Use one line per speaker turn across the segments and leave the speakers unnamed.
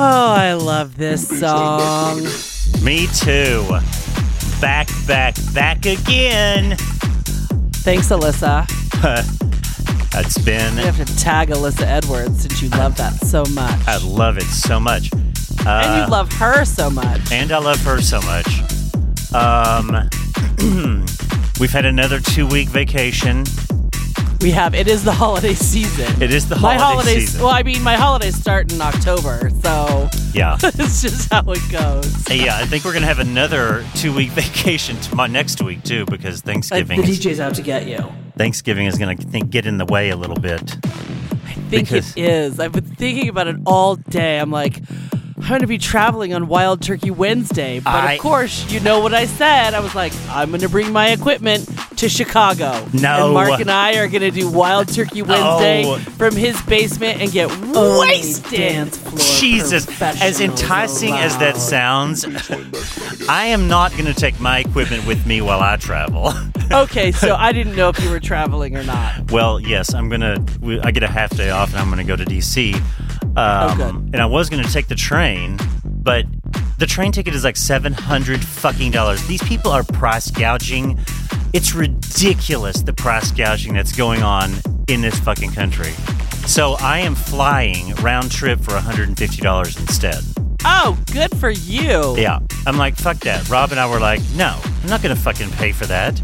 Oh, I love this song.
Me too. Back, back, back again.
Thanks, Alyssa.
That's been.
You have to tag Alyssa Edwards since you love that so much.
I love it so much.
and you love her so much.
and I love her so much. Um, we've had another two week vacation.
We have. It is the holiday season.
It is the
my
holiday
holidays.
season.
Well, I mean, my holidays start in October, so
Yeah.
it's just how it goes.
Hey, yeah, I think we're going to have another two week vacation to my next week, too,
Uh,
because Thanksgiving, is,
DJ's out to get you.
Thanksgiving is going to think, get in the way a little bit.
think
Because-
it is. I've been thinking about it all day. I'm like, I'm going to be traveling on Wild Turkey Wednesday. But
I-
of course, you know what I said. I was like, I'm going to bring my equipment to Chicago.
No.
And Mark and I are going to do Wild Turkey Wednesday
Oh.
from his basement and get wasted.
Jesus, as enticing as that sounds, I am not going to take my equipment with me while I travel.
okay, so I didn't know if you were traveling or not.
Well, yes, I'm gonna. we- I get a half day off, and I'm gonna go to DC. Um,
good.
And I was gonna take the train, but the train ticket is like seven hundred fucking dollars. These people are price gouging. It's ridiculous the price gouging that's going on in this fucking country. So I am flying round trip for $150 instead.
Oh, good for you.
Yeah, I'm like fuck that. Rob and I were like, no, I'm not gonna fucking pay for that.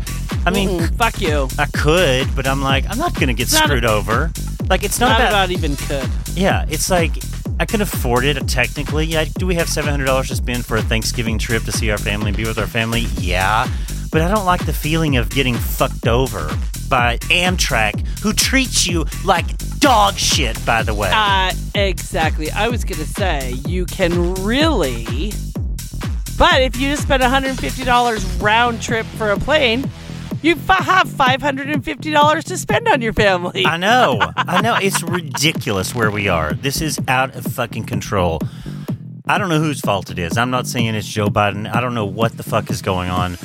I mean,
Mm, fuck you.
I could, but I'm like, I'm not gonna get
not-
screwed over. Like, it's not,
Not
about,
about even could.
Yeah, it's like I can afford it. Technically, yeah. Do we have seven hundred dollars to spend for a Thanksgiving trip to see our family and be with our family? Yeah, but I don't like the feeling of getting fucked over by Amtrak, who treats you like dog shit. By the way,
Uh, exactly. I was going to say, you can really. But if you just spend $150 round trip for a plane, you f- have $550 to spend on your family.
I know, I know. It's ridiculous where we are. This is out of fucking control. I don't know whose fault it is. I'm not saying it's Joe Biden. I don't know what the fuck is going on.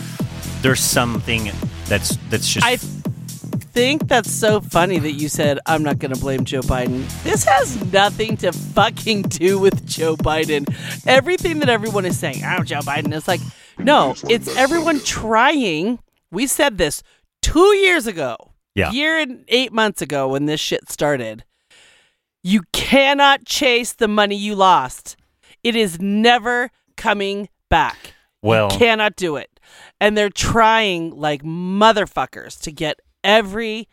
There's something that's that's just
I think that's so funny that you said, I'm not going to blame Joe Biden. This has nothing to fucking do with Joe Biden. Everything that everyone is saying, I'm Joe Biden, it's like, no, it's everyone trying. We said this two years ago,
Yeah.
year and eight months ago when this shit started. You cannot chase the money you lost, it is never coming back
well.
cannot do it. And they're trying like motherfuckers to get every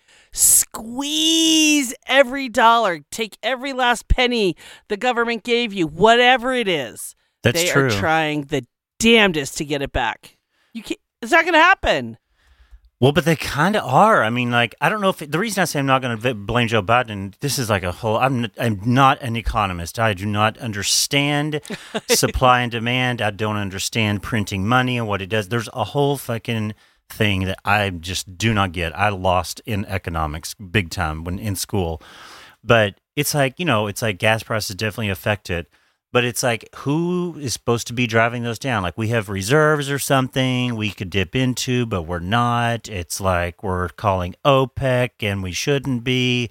squeeze every dollar, take every last penny the government gave you, whatever it is.
That's
they
true.
are trying the damnedest to get it back. You can't, it's not going to happen.
Well, but they kind of are. I mean, like, I don't know if the reason I say I'm not going to blame Joe Biden. This is like a whole. I'm I'm not an economist. I do not understand supply and demand. I don't understand printing money and what it does. There's a whole fucking thing that I just do not get. I lost in economics big time when in school, but it's like you know, it's like gas prices definitely affect it. But it's like, who is supposed to be driving those down? Like, we have reserves or something we could dip into, but we're not. It's like we're calling OPEC and we shouldn't be.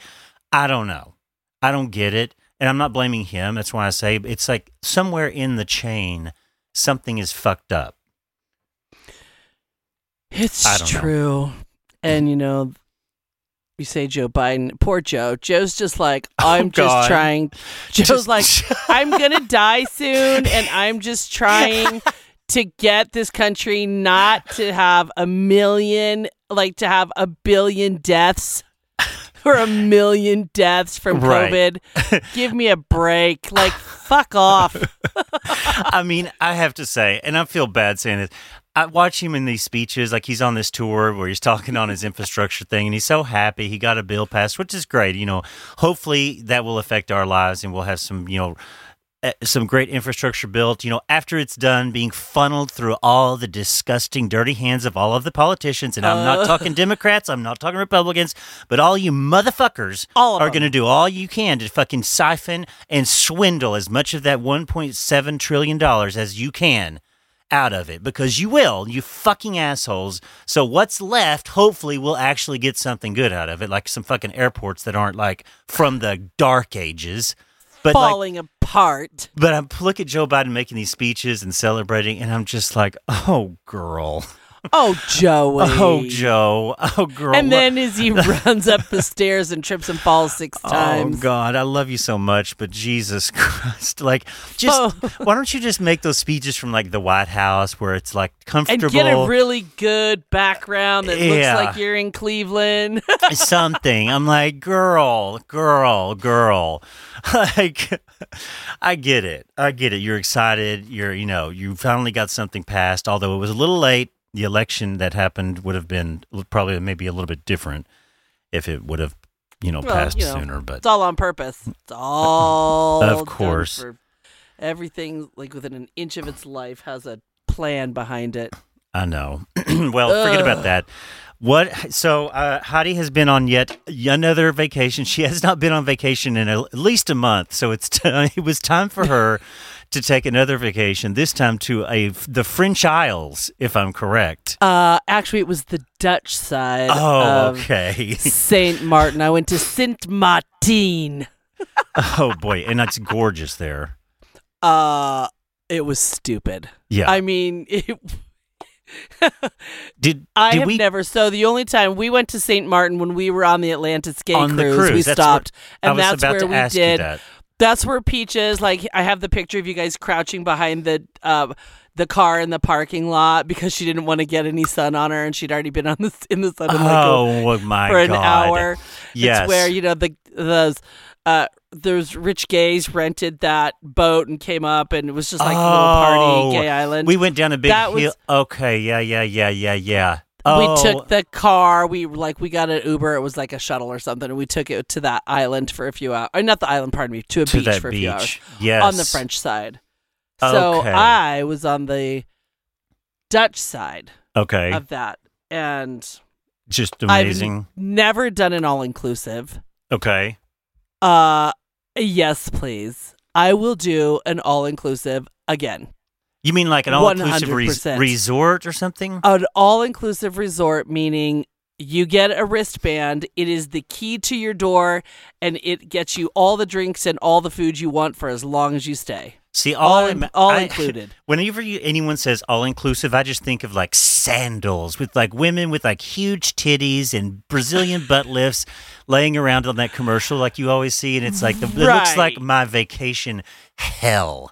I don't know. I don't get it. And I'm not blaming him. That's why I say it's like somewhere in the chain, something is fucked up. I
It's
don't know.
true. And you know, you say Joe Biden, poor Joe. Joe's just like, I'm
Oh, God.
just trying. Joe's
Just-
like, I'm going to die soon. And I'm just trying to get this country not to have a million, like to have a billion deaths or a million deaths from
Right.
COVID. Give me a break. Like, fuck off.
I mean, I have to say, and I feel bad saying this. I watch him in these speeches, like he's on this tour where he's talking on his infrastructure thing, and he's so happy he got a bill passed, which is great. You know, hopefully that will affect our lives, and we'll have some, you know, eh, some great infrastructure built. You know, after it's done, being funneled through all the disgusting, dirty hands of all of the politicians, and I'm
Uh.
not talking Democrats, I'm not talking Republicans, but all you motherfuckers
All of
are
them.
going to do all you can to fucking siphon and swindle as much of that 1.7 trillion dollars as you can out of it because you will, you fucking assholes. So what's left, hopefully, will actually get something good out of it, like some fucking airports that aren't like from the dark ages. But like,
falling apart.
but I'm look at Joe Biden making these speeches and celebrating, and I'm just like, oh girl,
Oh, Joey.
oh Joe, oh girl.
And
Look-
then as he runs up the stairs and trips and falls six
Oh
times.
God, I love you so much, but Jesus Christ! Like, just
Oh.
why don't you just make those speeches from like the White House where it's like
And
comfortable,
get a really good background that
Yeah.
looks like you're in Cleveland.
something. I'm like, girl, girl, girl. Like, I get it. I get it. You're excited. You're, you know, you finally got something passed, although it was a little late. The election that happened would have been probably maybe a little bit different if it would have, you know,
Well,
passed
you know,
sooner. But
It's all on purpose. It's all
Of
done
course.
for- everything like within an inch of its life has a plan behind it.
I know. well, forget about that. What? So uh, Heidi has been on yet another vacation. She has not been on vacation in a, at least a month. So it's t- it was time for her to take another vacation. This time to a the French Isles, if I'm correct.
Uh, actually, it was the Dutch side
Oh,
of
okay.
Saint Martin. I went to Saint Martin.
oh boy, and that's gorgeous there.
Uh, it was stupid.
Yeah.
I mean, it,
did
I
did
have
we?
never. So the only time we went to Saint Martin when we were on the Atlantis Gay
On the
cruise, we
cruise, that's where-
stopped,
I
and
was
that's
about
where
to
we
ask you
did.
that.
That's where Peaches. Like I have the picture of you guys crouching behind the uh, the car in the parking lot because she didn't want to get any sun on her, and she'd already been on the in the sun in like a
oh my
for an
god!
hour.
Yes.
It's where, you know, the those uh those rich gays rented that boat and came up and it was just like a little
Oh,
party gay island.
We went down a big
That was-
hill. Okay, yeah, yeah, yeah, yeah, yeah.
We
Oh,
took the car. We like we got an Uber. It was like a shuttle or something, and we took it to that island for a few hours. Or not the island, pardon me, to a
to
beach
that
for a
beach.
few hours
Yes,
on the French side. So
Okay.
I was on the Dutch side
Okay,
of that, and
just amazing.
I've never done an all inclusive.
okay,
Uh, yes, please. I will do an all inclusive again.
you mean like an all-inclusive res-
100%.
resort or something?
An all inclusive resort, meaning you get a wristband, it is the key to your door, and it gets you all the drinks and all the food you want for as long as you stay.
See, all,
all
I
in-
ma-
all
I-
included.
Whenever you, anyone says all-inclusive, I just think of like sandals with like women with like huge titties and Brazilian butt lifts laying around on that commercial like you always see, and it's like the, it looks like
Right.
my vacation hell.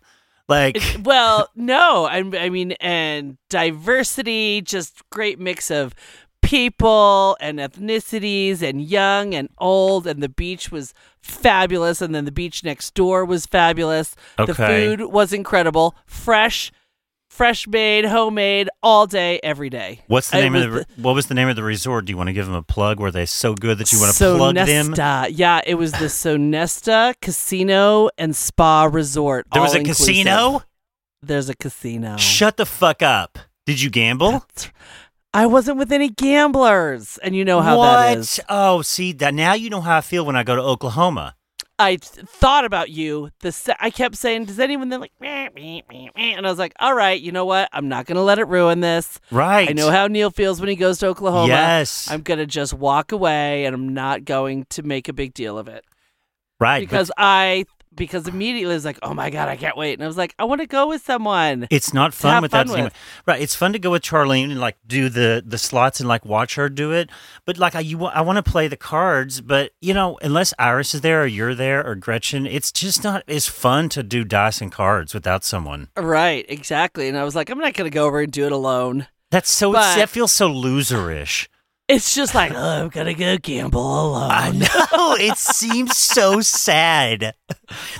Like
It's- well, no, I, I mean, and diversity, just great mix of people and ethnicities, and young and old, and the beach was fabulous, and then the beach next door was fabulous. The
Okay.
food was incredible, fresh, fresh made, homemade, all day, every day.
What's the
It
name of
was
the, re- what was the name of the resort? Do you want to give them a plug? Were they so good that you want to plug them?
Sonesta, yeah, it was the Sonesta Casino and Spa Resort.
There was a
all-inclusive.
casino.
There's a casino.
Shut the fuck up! Did you gamble?
I wasn't with any gamblers, and you know how
what?
that is.
Oh, see that now you know how I feel when I go to Oklahoma.
I th- thought about you. The se- I kept saying, "Does anyone?" They're like, "Meh, meh, meh, meh," and I was like, "All right, you know what? I'm not gonna let it ruin this.
Right.
I know how Neil feels when he goes to Oklahoma.
Yes.
I'm gonna just walk away, and I'm not going to make a big deal of it
Right. but
because I because immediately I was like, "Oh my god, I can't wait!" And I was like, "I want to go with someone."
it's not fun
have
without
fun
anyone.
with.
Right. It's fun to go with Charlene and like do the the slots and like watch her do it. But like I you wa- I want to play the cards, but you know unless Iris is there or you're there or Gretchen, it's just not as fun to do dice and cards without someone.
Right, exactly. And I was like, "I'm not gonna go over and do it alone."
That's so.
But-
that feels so loserish.
It's just like, oh, I'm gonna go gamble alone.
I know. it seems so sad.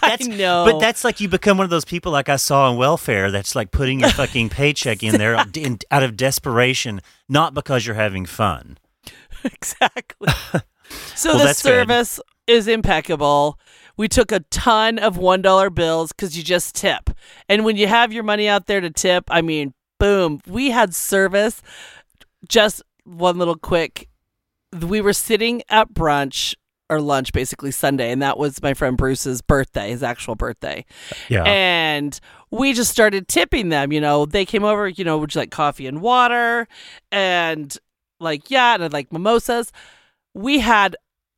That's,
know.
But that's like you become one of those people, like I saw on welfare, that's like putting your fucking paycheck in there in, out of desperation, not because you're having fun.
exactly. so
Well,
the
that's good.
service is impeccable. We took a ton of one dollar bills because you just tip, and when you have your money out there to tip, I mean, boom, we had service. Just one little quick, we were sitting at brunch or lunch, basically Sunday, and that was my friend Bruce's birthday, his actual birthday
Yeah.
and we just started tipping them. You know, they came over. You know, would you like coffee and water? And like, yeah, and I'd like mimosas. We had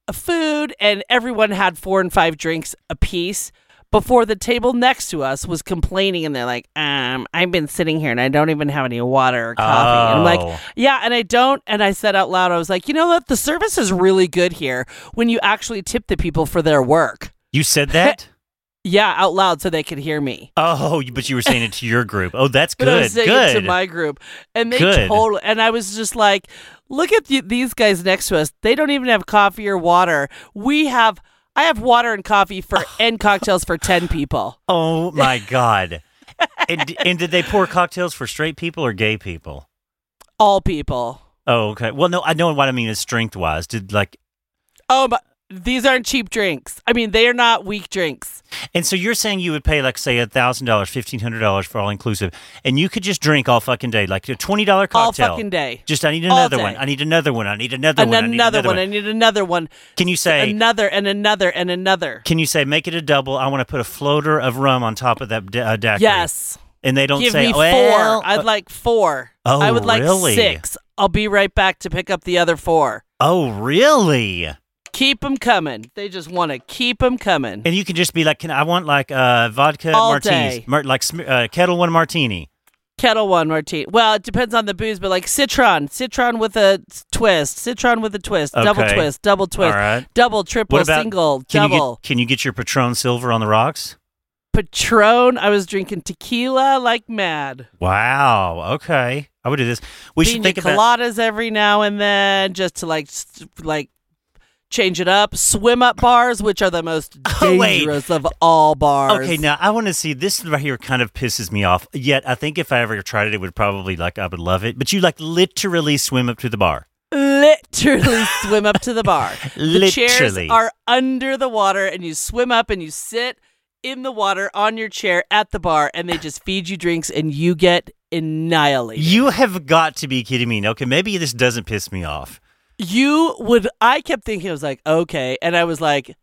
a food, and everyone had four and five drinks apiece. before the table next to us was complaining and they're like, um, I've been sitting here and I don't even have any water or coffee. And I'm
Oh.
like, yeah, and I don't. And I said out loud, I was like, you know what? The service is really good here when you actually tip the people for their work.
You said that?
Yeah, out loud so they could hear me.
oh, you- but you were saying it to your group. Oh, that's
But
good.
I was saying
good.
it to my group, and they
Good.
totally. And I was just like, "Look at the, these guys next to us. They don't even have coffee or water. We have. I have water and coffee for and cocktails for ten people.
oh my god. and, and did they pour cocktails for straight people or gay people?
All people.
Oh, okay. Well, no, I know what I mean is strength wise. Did like,
Oh, but these aren't cheap drinks. I mean, they are not weak drinks.
and so you're saying you would pay like say a thousand dollars, fifteen hundred dollars for all inclusive, and you could just drink all fucking day, like a twenty dollar
All
cocktail.
fucking day.
Just I need
All
another
day.
one. I need another one. I need another
and
one. I need
another one. I
one.
need another one.
Can you say
Another and another and another.
Can you say make it a double? I want to put a floater of rum on top of that d- uh, daiquiri.
Yes.
and they don't
Give
say
me
well,
four.
uh,
I'd like four.
Oh,
I would like
really?
six. I'll be right back to pick up the other four.
Oh, really?
Keep them coming. They just want to keep them coming.
And you can just be like, can I want like uh, vodka
All
martinis,
day.
Mar- like sm- uh, kettle one martini.
Kettle one martini. Well, it depends on the booze, but like citron, citron with a s- twist, citron with a twist, double
Okay.
twist, double twist,
All right.
double, triple,
What about-
single,
Can
double.
you get can you get your Patron Silver on the rocks?
Patron. I was drinking tequila like mad.
Wow. Okay, I would do this. We
Piña
should think about.
coladas every now and then, just to like s- like change it up. Swim up bars, which are the most
Oh, wait.
dangerous of all bars.
Okay, now I want to see this right here. Kind of pisses me off. Yet I think if I ever tried it, it would probably like I would love it. But you like literally swim up to the bar.
literally swim up to the bar. The chairs
Literally.
are under the water, and you swim up and you sit in the water on your chair at the bar, and they just feed you drinks, and you get annihilated.
You have got to be kidding me. Okay, maybe this doesn't piss me off.
You would. I kept thinking I was like, okay, and I was like,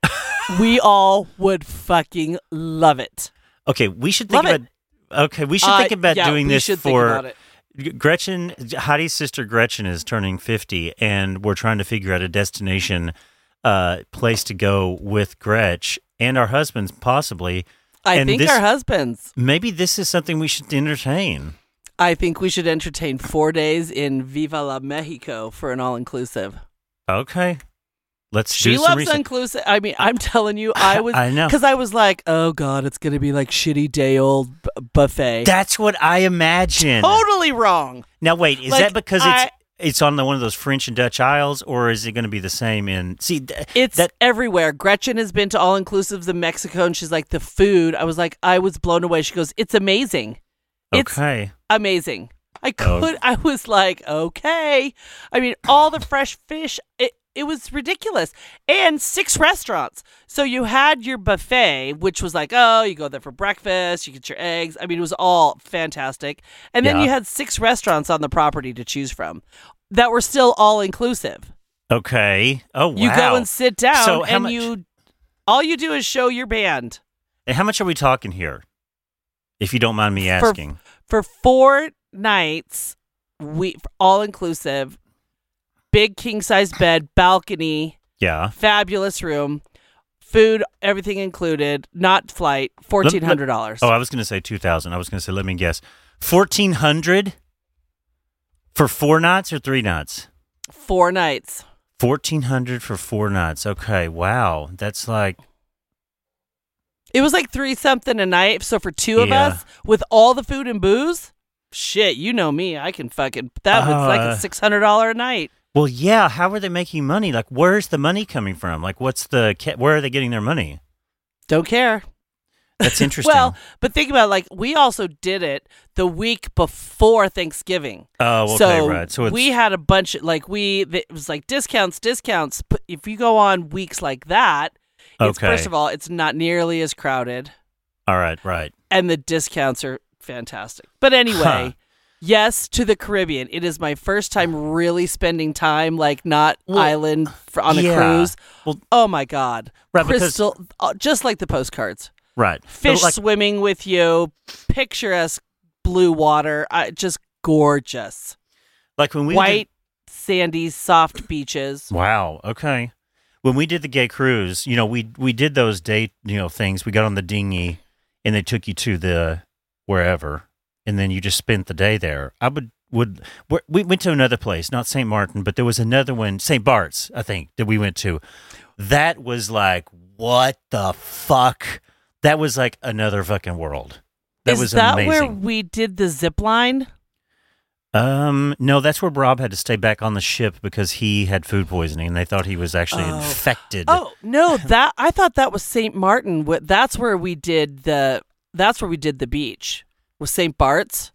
we all would fucking love it.
Okay, we should think
Love it.
about. Okay, we should
Uh,
think about
yeah,
doing
we
this
should think about
for
it.
Gretchen. Heidi's sister Gretchen is turning fifty, and we're trying to figure out a destination uh, place to go with Gretch and our husbands, possibly.
I
and
think
this-
our husbands.
Maybe this is something we should entertain.
I think we should entertain four days in Viva la Mexico for an all inclusive.
Okay, let's
She
do some
loves
research.
inclusive. I mean, I'm telling you, I was.
I know.
Because I was like, oh God, it's going to be like shitty day old b- buffet.
That's what I imagine.
totally wrong.
Now wait, is
Like,
that because
I-
it's it's on the, one of those French and Dutch Isles, or is it going to be the same in? See, th-
It's
that
everywhere. Gretchen has been to all inclusives in Mexico and she's like, the food. I was like, I was blown away. She goes, it's amazing. It's
okay.
amazing. I
Oh.
could. I was like, okay. I mean, all the fresh fish. It it was ridiculous, and six restaurants. So you had your buffet, which was like, oh, you go there for breakfast, you get your eggs. I mean, it was all fantastic. And then
Yeah.
you had six restaurants on the property to choose from that were still all inclusive.
Okay. Oh wow.
You go and sit down,
So how
and
much-
you all you do is show your band
And how much are we talking here? If you don't mind me
For-
asking.
for four nights, we all inclusive, big king size bed, balcony,
yeah.
fabulous room, food, everything included, not flight,
Let-
fourteen hundred dollars.
Oh, I was going to say 2000. I was going to say let me guess. 1400 for 4 nights or 3 nights?
Four nights.
1400 for 4 nights. Okay. Wow. That's like
It was like three something a night. So for two of
Yeah.
us, with all the food and booze, shit, you know me, I can fucking that was like
Uh,
a six hundred dollar a night.
Well, yeah, how are they making money? Like where's the money coming from? Like what's the ca- where are they getting their money?
Don't care.
That's interesting.
Well, but think about it, like we also did it the week before Thanksgiving.
oh, okay,
so
right. So it's
we had a bunch of like we th- it was like discounts, discounts. But if you go on weeks like that, it's
Okay.
first of all, it's not nearly as crowded,
All right, right.
and the discounts are fantastic. But anyway,
Huh.
yes to the Caribbean. It is my first time really spending time like not
Well,
island fr- on a
yeah.
cruise.
Well-
oh my god,
Right, because-
crystal, uh, just like the postcards
Right.
fish
Like,
swimming with you, picturesque blue water, I, just gorgeous.
like when we did-
White, sandy, soft beaches.
Wow. Okay. when we did the gay cruise, you know, we we did those date, you know, things. We got on the dinghy and they took you to the wherever and then you just spent the day there. I would would we're- we went to another place, not St. Martin, but there was another one, St. Bart's, I think, that we went to. That was like what the fuck? That was like another fucking world. That
Is
was
that where
amazing.
we did the zip line?
um, no, that's where Rob had to stay back on the ship because he had food poisoning and they thought he was actually
Oh.
infected.
Oh no, that I thought that was Saint Martin. Wh- That's where we did the. That's where we did the beach was Saint Bart's.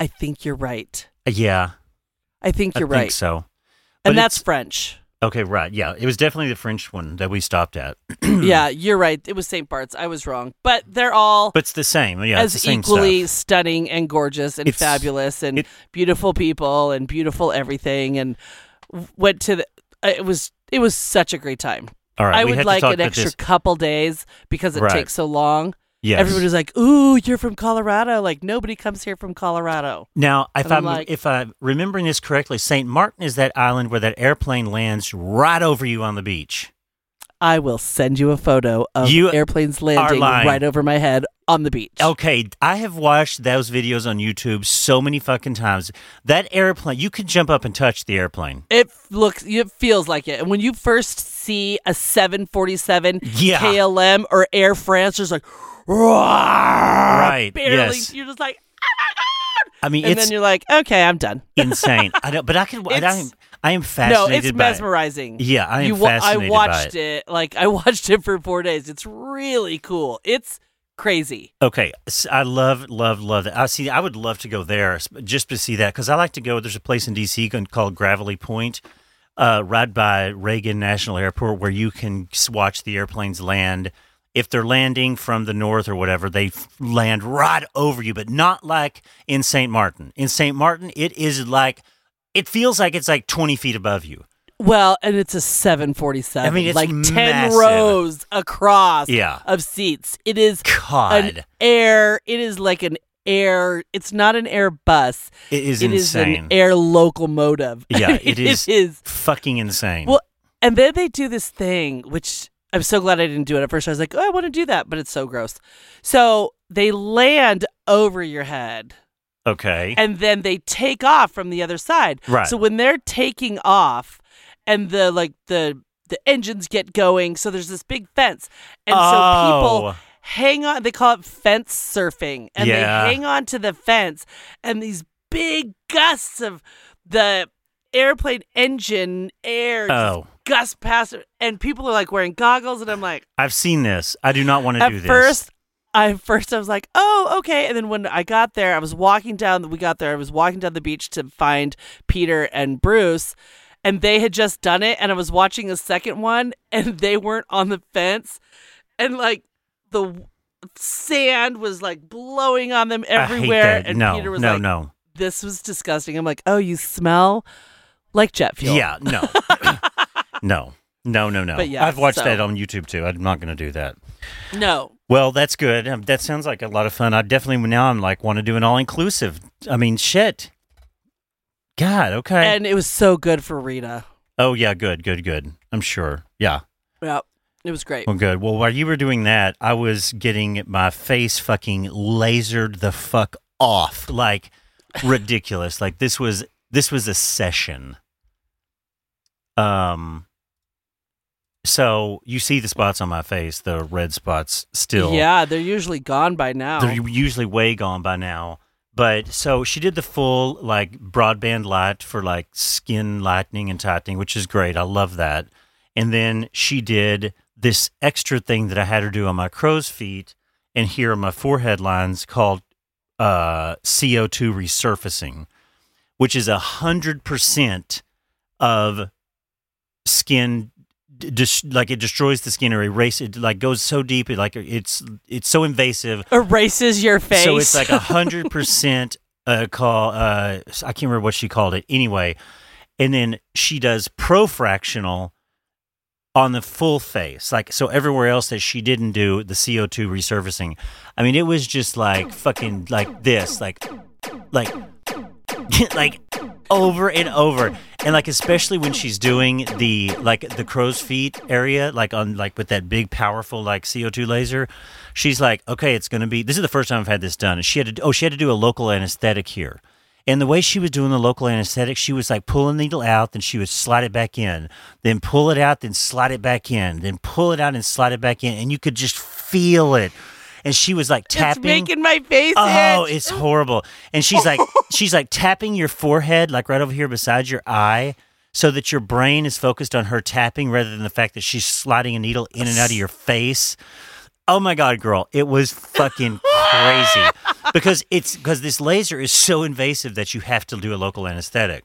I think you're right.
Yeah,
I think
I
you're
think
right,
so. but
and that's
it's-
French.
Okay, right. Yeah, it was definitely the French one that we stopped at.
yeah, you're right. It was Saint Bart's. I was wrong, but they're all
But it's the same. Yeah, it's
as
the same
equally
stuff.
stunning and gorgeous and
It's-
fabulous and
it-
beautiful people and beautiful everything. And w- went to the. uh, It was it was such a great time.
All right,
I
we
would
had
like
to talk
an
about
extra
This.
couple days because it
Right.
takes so long.
Yes.
Everybody was like, "Ooh, you're from Colorado!" Like nobody comes here from Colorado.
Now, if
And I'm
I'm,
like-
if I'm remembering this correctly, Saint Martin is that island where that airplane lands right over you on the beach.
I will send you a photo of
You
airplanes landing
lying.
right over my head on the beach.
Okay, I have watched those videos on YouTube so many fucking times. That airplane, you could jump up and touch the airplane.
It looks, it feels like it. And when you first see a 747
Yeah.
KLM or Air France, there's like, right, barely.
yes.
You're just like,
I mean,
and
it's
then you're like, okay, I'm done.
insane. I don't, but I can. I,
It's-
am, I am
No,
fascinated
it's
by it.
mesmerizing.
Yeah, I am
you, wa- I
fascinated by
watched it. Like I watched it for four days. It's really cool. It's crazy.
Okay, s- I love, love, love that. I see. I would love to go there s- just to see that because I like to go. There's a place in DC con- called Gravelly Point, uh, right by Reagan National Airport, where you can s- watch the airplanes land. If they're landing from the north or whatever, they f- land right over you, but not like in St. Martin. In St. Martin, it is like it feels like it's like 20 feet above you.
Well, and it's a 747.
I mean, it's
like 10
massive.
rows across
Yeah.
of seats. It is
God,
an air, it is like an air, it's not an airbus.
it is
It is
insane.
an air locomotive.
Yeah,
I mean,
it is.
It is.
Fucking insane.
Well, and then they do this thing, which I'm so glad I didn't do it at first. I was like, oh, I want to do that, but it's so gross. So they land over your head
okay.
and then they take off from the other side.
Right.
So when they're taking off, and the like the the engines get going, so there's this big fence, and so
Oh.
people hang on. They call it fence surfing, and
Yeah.
they hang on to the fence, and these big gusts of the airplane engine air just
Oh.
gust past, it, and people are like wearing goggles, and I'm like
I've seen this. I do not want to
at
do this.
first I at first I was like, oh, okay. And then when I got there, I was walking down we got there, I was walking down the beach to find Peter and Bruce, and they had just done it, and I was watching a second one, and they weren't on the fence. And like the w- sand was like blowing on them everywhere.
I hate that.
And
no,
Peter was
no,
like,
no.
This was disgusting. I'm like, oh, you smell like jet fuel.
Yeah, no. no. No, no, no.
But yeah,
I've watched
so-
that on YouTube too. I'm not going to do that.
No.
Well, that's good. Um, that sounds like a lot of fun. I definitely now I'm like want to do an all inclusive. I mean, shit. God, okay.
And it was so good for Rita.
oh yeah, good, good, good. I'm sure. Yeah.
Yeah. It was great.
Well, good. Well, while you were doing that, I was getting my face fucking lasered the fuck off. Like ridiculous. like this was this was a session. Um so you see the spots on my face, the red spots still.
Yeah, they're usually gone by now.
They're usually way gone by now. But so she did the full like broadband light for like skin lightening and tightening, which is great. I love that. And then she did this extra thing that I had her do on my crow's feet and here on my forehead lines called uh, CO2 resurfacing, which is a hundred percent of skin d- dis- like it destroys the skin or erase it like goes so deep it like it's it's so invasive
erases your face.
so it's like a hundred percent uh call uh I can't remember what she called it anyway. And then she does profractional on the full face. Like so everywhere else that she didn't do the CO2 resurfacing. I mean it was just like fucking like this, like like like over and over. and like especially when she's doing the like the crow's feet area, like on like with that big powerful like CO two laser, she's like, okay, it's gonna be. This is the first time I've had this done. And she had to oh she had to do a local anesthetic here. And the way she was doing the local anesthetic, she was like pulling the needle out, then she would slide it back in, then pull it out, then slide it back in, then pull it out and slide it back in, and you could just feel it. And she was like
It's
tapping.
making my face
Oh,
itch.
it's horrible. And she's like, she's like tapping your forehead, like right over here beside your eye, so that your brain is focused on her tapping rather than the fact that she's sliding a needle in and out of your face. Oh my God, girl, it was fucking crazy because it's because this laser is so invasive that you have to do a local anesthetic.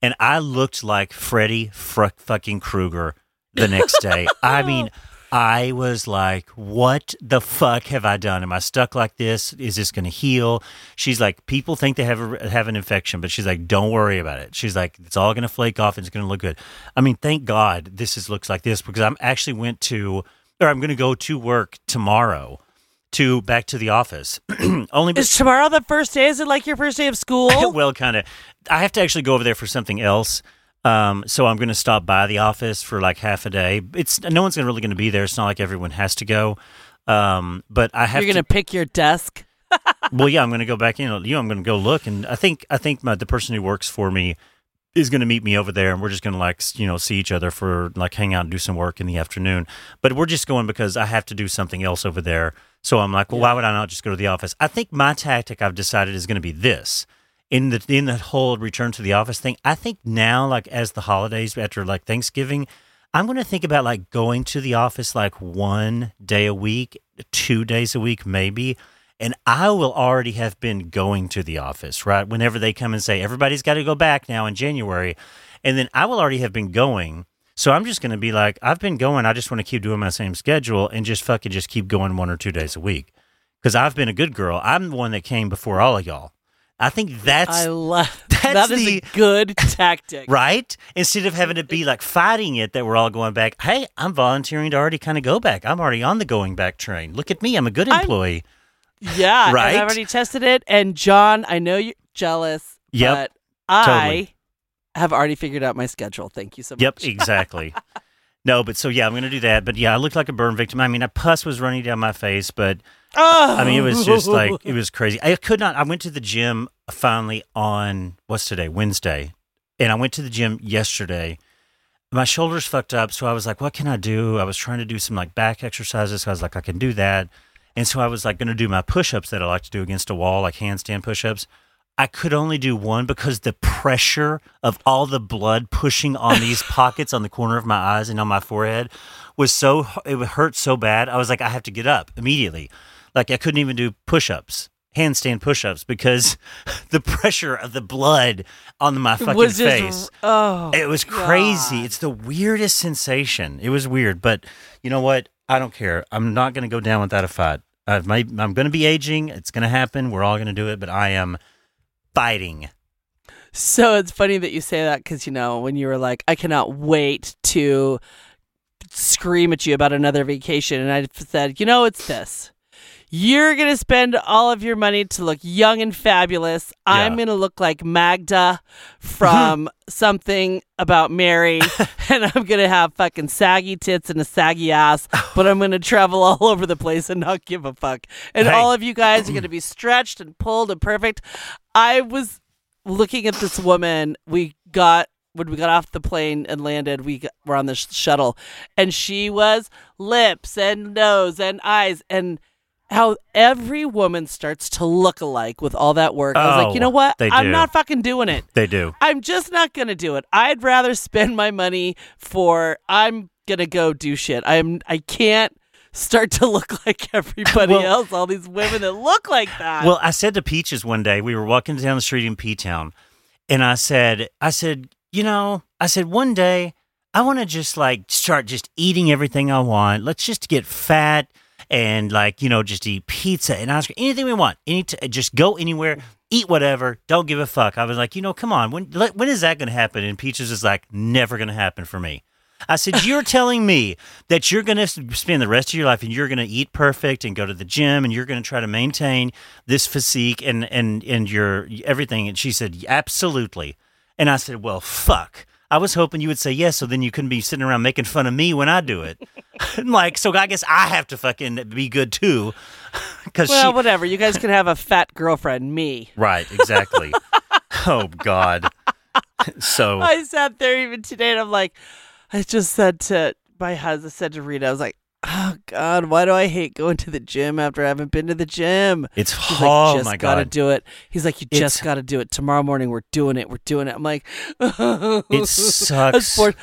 And I looked like Freddy Fr- fucking Krueger the next day. I mean, I was like, what the fuck have I done? Am I stuck like this? Is this going to heal? She's like, people think they have a, have an infection, but she's like, don't worry about it. She's like, it's all going to flake off and it's going to look good. I mean, thank God this is, looks like this because I'm actually went to, or I'm going to go to work tomorrow to back to the office. Only
Is tomorrow the first day? Is it like your first day of school?
well, kind of. I have to actually go over there for something else. Um, so I'm going to stop by the office for like half a day. It's no one's gonna really going to be there. It's not like everyone has to go. Um, but I have
You're gonna
to.
pick your desk.
Well, yeah, I'm going to go back in. You, know, I'm going to go look, and I think I think my, the person who works for me is going to meet me over there, and we're just going to like s- you know see each other for like hang out and do some work in the afternoon. But we're just going because I have to do something else over there. So I'm like, well, why would I not just go to the office? I think my tactic I've decided is going to be this in the in that whole return to the office thing. I think now, like as the holidays after like Thanksgiving, I'm going to think about like going to the office like one day a week, two days a week, maybe. And I will already have been going to the office, right? Whenever they come and say everybody's got to go back now in January, and then I will already have been going. So I'm just going to be like, I've been going. I just want to keep doing my same schedule and just fucking just keep going one or two days a week because I've been a good girl. I'm the one that came before all of y'all. I think that's
I love
that's
that is
the-
a good tactic.
right? Instead of having to be like fighting it that we're all going back, hey, I'm volunteering to already kind of go back. I'm already on the going back train. Look at me, I'm a good
I'm-
employee.
Yeah, and
Right?
I've already tested it. And John, I know you're jealous,
Yep,
but I
totally.
have already figured out my schedule. Thank you so much.
yep, exactly. no, but so yeah, I'm going to do that. But yeah, I looked like a burn victim. I mean, a pus was running down my face, but
Oh,
I mean, it was just like it was crazy. I could not. I went to the gym finally on what's today, Wednesday, and I went to the gym yesterday. My shoulders fucked up, so I was like, "What can I do?" I was trying to do some like back exercises. So I was like, "I can do that," and so I was like, going to do my push-ups that I like to do against a wall, like handstand push-ups. I could only do one because the pressure of all the blood pushing on these pockets on the corner of my eyes and on my forehead was so it would hurt so bad. I was like, I have to get up immediately. Like I couldn't even do push-ups, handstand push-ups because the pressure of the blood on my fucking
was just
face.
oh,
It was crazy.
God.
It's the weirdest sensation. It was weird, but you know what? I don't care. I'm not going to go down without a fight. I've made, I'm going to be aging. It's going to happen. We're all going to do it, but I am fighting.
So it's funny that you say that because, you know, when you were like, I cannot wait to scream at you about another vacation. And I said, you know, it's this. You're going to spend all of your money to look young and fabulous. I'm
Yeah.
going to look like Magda from something about Mary. and I'm going to have fucking saggy tits and a saggy ass, but I'm going to travel all over the place and not give a fuck. And
Hey.
all of you guys are going to be stretched and pulled and perfect. I was looking at this woman we got when we got off the plane and landed we got, were on the sh- shuttle and she was lips and nose and eyes and how every woman starts to look alike with all that work. I was like,
Oh,
you know what?
they
I'm
do.
not fucking doing it.
They do.
I'm just not gonna do it. I'd rather spend my money for I'm gonna go do shit. I'm I can't start to look like everybody
Well-
else. All these women that look like that.
Well, I said to Peaches one day, we were walking down the street in P Town, and I said, I said, you know, I said, one day I want to just like start just eating everything I want. Let's just get fat and like, you know, just eat pizza and ice cream, anything we want. Any t- just go anywhere, eat whatever, don't give a fuck. I was like, you know, come on, when, let, when is that going to happen? And Peaches is like, never going to happen for me. I said, You're telling me that you're going to spend the rest of your life and you're going to eat perfect and go to the gym and you're going to try to maintain this physique and, and, and your everything. And she said, Absolutely. And I said, well, fuck. I was hoping you would say yes, so then you couldn't be sitting around making fun of me when I do it. I'm like, so I guess I have to fucking be good too, because
Well,
she.
whatever. You guys can have a fat girlfriend, me.
Right, exactly. oh God. So
I sat there even today and I'm like, I just said to my husband, I said to Rita, I was like, oh God, why do I hate going to the gym after I haven't been to the gym?
it's
He's
hard.
like,
oh
just
my
gotta
God.
do it. He's like, you just
It's-
gotta do it. Tomorrow morning, we're doing it. We're doing it. I'm like,
it sucks.
sport.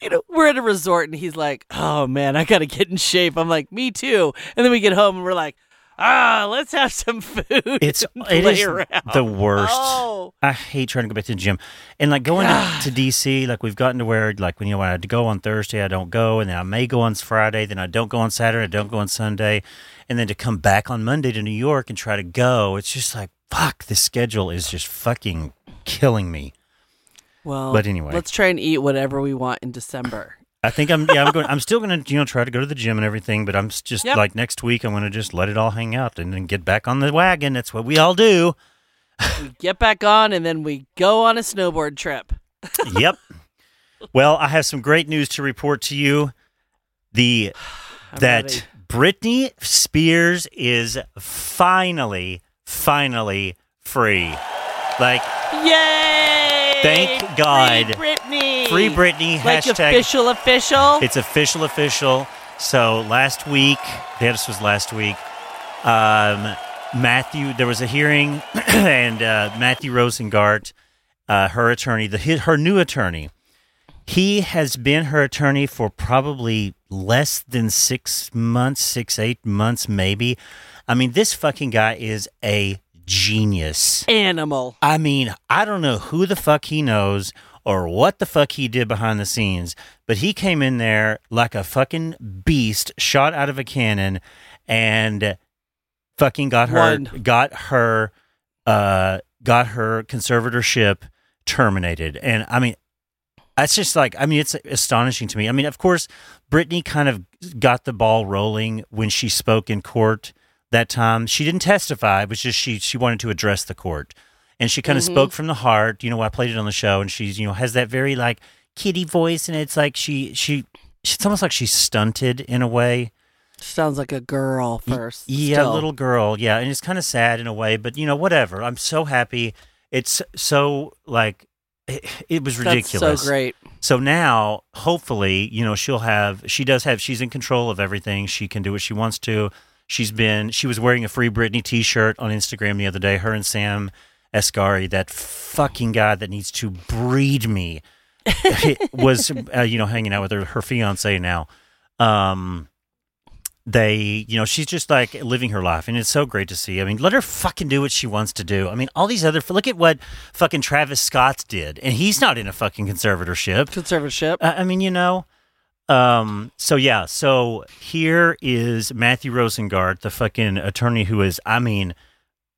You know, we're at a resort, and he's like, "Oh man, I gotta get in shape." I'm like, "Me too." And then we get home, and we're like, "Ah, let's have some food."
It's
and
it
play
is
around."
the worst.
Oh,
I hate trying to go back to the gym. And like going to, to DC, like we've gotten to where like when you know when I go on Thursday, I don't go, and then I may go on Friday, then I don't go on Saturday, I don't go on Sunday, and then to come back on Monday to New York and try to go, it's just like fuck. This schedule is just fucking killing me.
well.
But anyway.
let's try and eat whatever we want in December.
I think I'm yeah I'm going I'm still gonna you know try to go to the gym and everything, but I'm s- just
Yep.
like next week I'm gonna just let it all hang out and then get back on the wagon. That's what we all do.
we get back on, and then we go on a snowboard trip.
yep. Well, I have some great news to report to you. The
I'm ready.
that Britney Spears is finally, finally free. Like
Yay!
Thank God.
Free Britney.
free Britney
Like
hashtag.
official, official.
It's official, official. So last week, yeah, this was last week. Um, Matthew, there was a hearing, and uh, Matthew Rosengart, uh, her attorney, the hi- her new attorney, he has been her attorney for probably less than six months, six eight months, maybe. I mean, this fucking guy is a genius.
Animal.
I mean, I don't know who the fuck he knows or what the fuck he did behind the scenes, but he came in there like a fucking beast shot out of a cannon and fucking got her
Won.
got her uh got her conservatorship terminated. And I mean, that's just like I mean, it's astonishing to me. I mean, of course, Brittany kind of got the ball rolling when she spoke in court that time. She didn't testify, it was just she she wanted to address the court. And she kind of
Mhm.
spoke from the heart. You know, I played it on the show and she's, you know, has that very like kitty voice and it's like she she it's almost like she's stunted in a way.
Sounds like a girl first.
Yeah,
still.
little girl. Yeah, and it's kind of sad in a way, but you know, whatever. I'm so happy. It's so like it, it was ridiculous.
That's so great.
So now, hopefully, you know, she'll have, she does have, she's in control of everything. She can do what she wants to. She's been, she was wearing a Free Britney t shirt on Instagram the other day. Her and Sam Escari, that fucking guy that needs to breed me, was, uh, you know, hanging out with her, her fiance now. Um, they, you know, she's just like living her life, and it's so great to see. I mean, let her fucking do what she wants to do. I mean, all these other, look at what fucking Travis Scott did, and he's not in a fucking conservatorship.
Conservatorship.
I, I mean, you know. Um, so yeah, so here is Matthew Rosengart, the fucking attorney who is, I mean,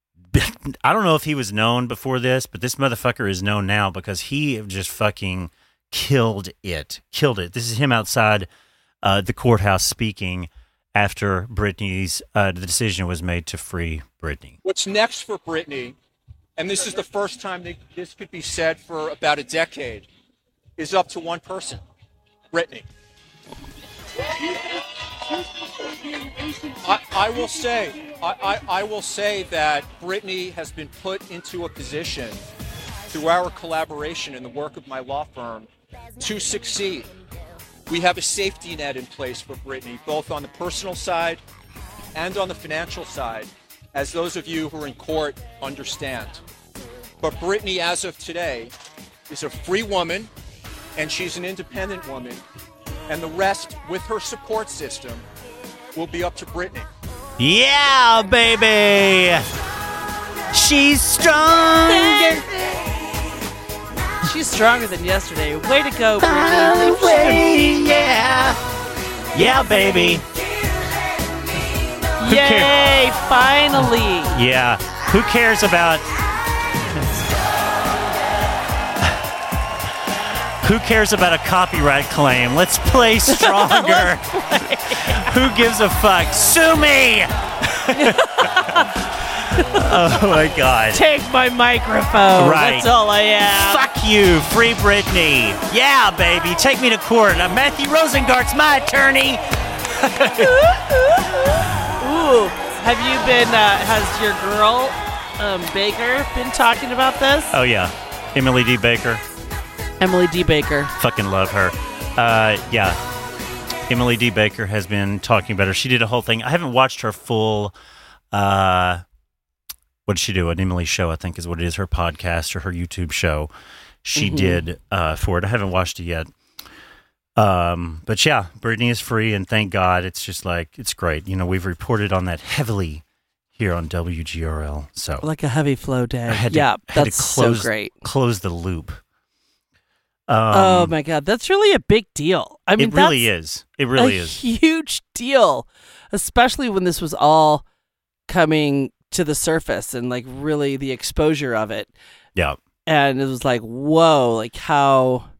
I don't know if he was known before this, but this motherfucker is known now because he just fucking killed it, killed it. This is him outside uh, the courthouse speaking after Britney's uh, the decision was made to free Britney.
What's next for Britney, and this is the first time that this could be said for about a decade, is up to one person, Britney. I, I will say, I, I, I will say that Britney has been put into a position through our collaboration and the work of my law firm to succeed. We have a safety net in place for Britney, both on the personal side and on the financial side, as those of you who are in court understand. But Britney, as of today, is a free woman and she's an independent woman, and the rest, with her support system, will be up to Britney.
Yeah, baby, she's strong.
She's stronger than yesterday. Way to go, Brittany.
yeah. Yeah, baby.
Yay! Finally.
Yeah. Who cares about. Who cares about a copyright claim? Let's play stronger. Who gives a fuck? Sue me! oh my god.
Take my microphone.
Right.
That's all I am.
Fuck you, free Britney. Yeah, baby, take me to court. Uh, Matthew Rosengart's my attorney.
Ooh, have you been? Uh, has your girl um, Baker been talking about this?
Oh yeah, Emily D. Baker.
Emily D. Baker.
Fucking love her. Uh, yeah, Emily D. Baker has been talking about her. She did a whole thing. I haven't watched her full. Uh, what did she do? An Emily show, I think, is what it is. Her podcast or her YouTube show. She
Mm-hmm.
did uh, for it. I haven't watched it yet. Um, but yeah, Britney is free, and thank God. It's just like it's great. You know, we've reported on that heavily here on WGRL. So
Like a heavy flow day.
I had to,
yeah,
had
that's
to close,
so great.
Close the loop.
oh
Um,
my god, that's really a big deal. I mean,
it really
that's
is. It really
a
is.
huge deal, especially when this was all coming to the surface and like really the exposure of it.
Yeah.
And it was like, whoa, like how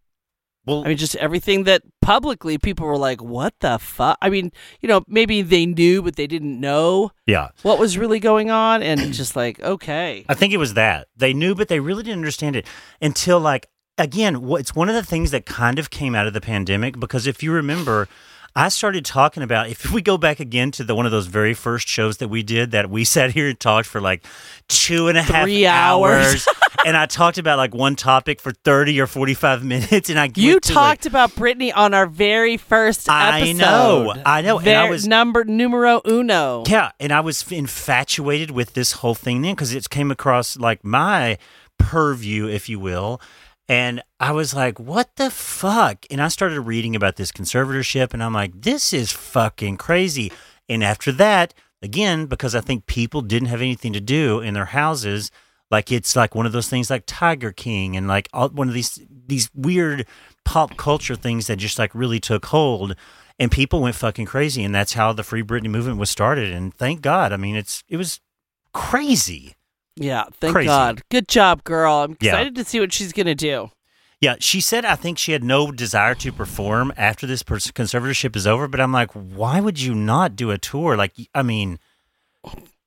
Well,
I mean, just everything that publicly people were like, what the fuck? I mean, you know, maybe they knew, but they didn't know
yeah.
what was really going on. And just like, okay.
I think it was that they knew, but they really didn't understand it until like again. wh- It's one of the things that kind of came out of the pandemic because if you remember, I started talking about if we go back again to the one of those very first shows that we did that we sat here and talked for like two and a half
Three hours.
hours. and I talked about like one topic for thirty or forty five minutes, and I
You
went to, like,
talked about Britney on our very first
I
episode.
know, I know, and I
Ver-
was-
number numero uno.
Yeah, and I was infatuated with this whole thing then because it came across like my purview, if you will. And I was like, what the fuck? And I started reading about this conservatorship, and I'm like, this is fucking crazy. And after that, again, because I think people didn't have anything to do in their houses, like it's like one of those things like Tiger King and like all, one of these these weird pop culture things that just like really took hold and people went fucking crazy and that's how the free Britney movement was started and thank God I mean it's it was crazy
Yeah, thank
Crazy.
God. Good job, girl. I'm
Yeah.
excited to see what she's gonna do.
yeah she said I think she had no desire to perform after this pers- conservatorship is over but I'm like why would you not do a tour like I mean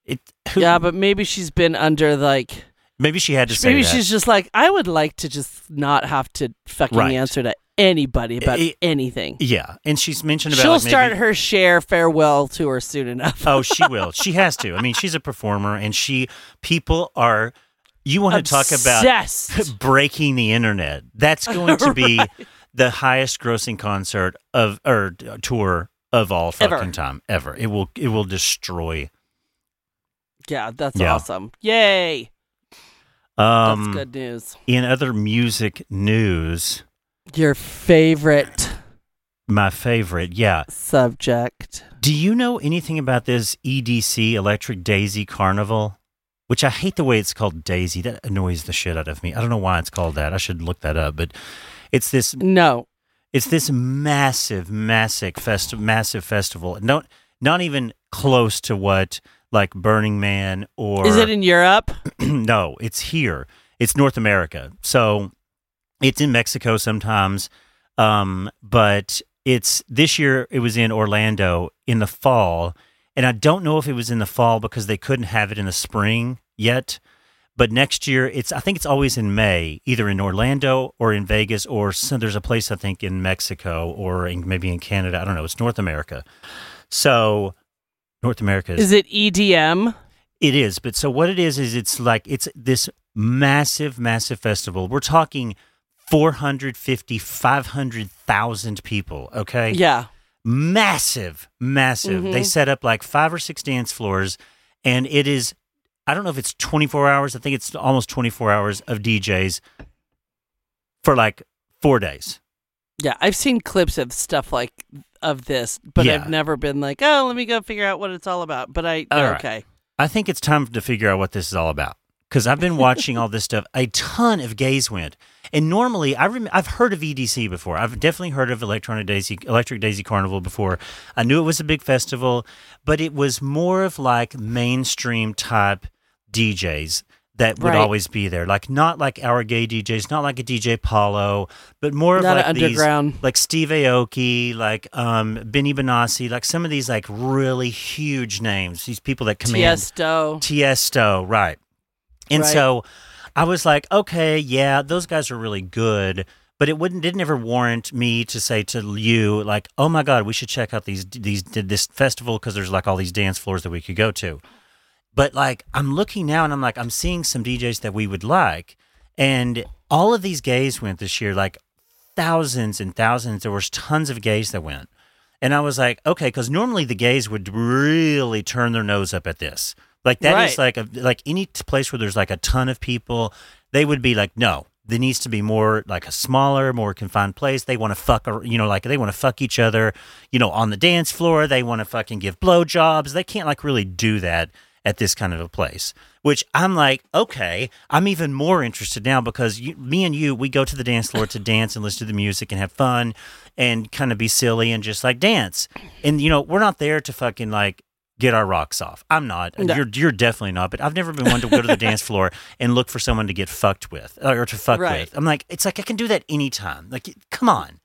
it who,
Yeah, but maybe she's been under like
maybe she had to say
maybe
that.
she's just like I would like to just not have to fucking
Right.
answer to anybody about
It-
anything.
yeah and she's mentioned about
She'll
like, maybe-
start her share farewell tour soon enough.
oh, she will. She has to. I mean, she's a performer, and she people are. You want to talk about
Obsessed.
breaking the internet? That's going to be the highest grossing concert of or tour of all
Ever.
fucking time ever. It will it will destroy.
yeah, that's
Yeah.
awesome. Yay. That's
Um,
good news.
In other music news,
Your favorite
my favorite, yeah.
subject.
Do you know anything about this EDC Electric Daisy Carnival? Which I hate the way it's called Daisy. That annoys the shit out of me. I don't know why it's called that. I should look that up. But it's this
No.
it's this massive, massive fest massive festival. Not not even close to what like Burning Man or
Is it in Europe?
no, it's here. It's North America. So it's in Mexico sometimes. Um, but it's this year it was in Orlando in the fall. And I don't know if it was in the fall because they couldn't have it in the spring yet. But next year it's I think it's always in May, either in Orlando or in Vegas or some, there's a place I think in Mexico or in, maybe in Canada. I don't know. It's North America. So North America
Is it E EDM?
it is, but so what it is is it's like it's this massive, massive festival. We're talking 450, 500,000 people, okay?
Yeah.
Massive, massive. They set up like five or six dance floors, and it is, I don't know if it's 24 hours, I think it's almost 24 hours of DJs for like four days.
Yeah, I've seen clips of stuff like of this, but
Yeah.
I've never been like, "Oh, let me go figure out what it's all about." But I
All right.
okay.
I think it's time to figure out what this is all about because I've been watching all this stuff. A ton of gays went, and normally I rem- I've heard of EDC before. I've definitely heard of Electronic Daisy Electric Daisy Carnival before. I knew it was a big festival, but it was more of like mainstream type DJs that would
Right.
always be there. Like not like our gay DJs, not like a DJ Paulo, but more
Not
of like these
underground.
like Steve Aoki, like um, Benny Benassi, like some of these like really huge names. These people that command
Tiesto.
Tiesto, right. And
Right.
so I was like, okay, yeah, those guys are really good, but it wouldn't didn't ever warrant me to say to you like, oh my god, we should check out these these this festival because there's like all these dance floors that we could go to. But like, I'm looking now and I'm like, I'm seeing some DJs that we would like, and all of these gays went this year, like thousands and thousands. There was tons of gays that went. And I was like, okay, because normally the gays would really turn their nose up at this. Like that is
Right.
like a, like any t- place where there's like a ton of people, they would be like, no, there needs to be more like a smaller, more confined place. They want to fuck, ar- you know, like they want to fuck each other, you know, on the dance floor. They want to fucking give blowjobs. They can't like really do that at this kind of a place. Which I'm like, okay, I'm even more interested now because you, me and you, we go to the dance floor to dance and listen to the music and have fun and kind of be silly and just like dance. And you know, we're not there to fucking like get our rocks off. I'm not.
No.
You're you're definitely not. But I've never been one to go to the dance floor and look for someone to get fucked with uh, or to fuck
Right.
with. I'm like, it's like I can do that anytime. Like, come on.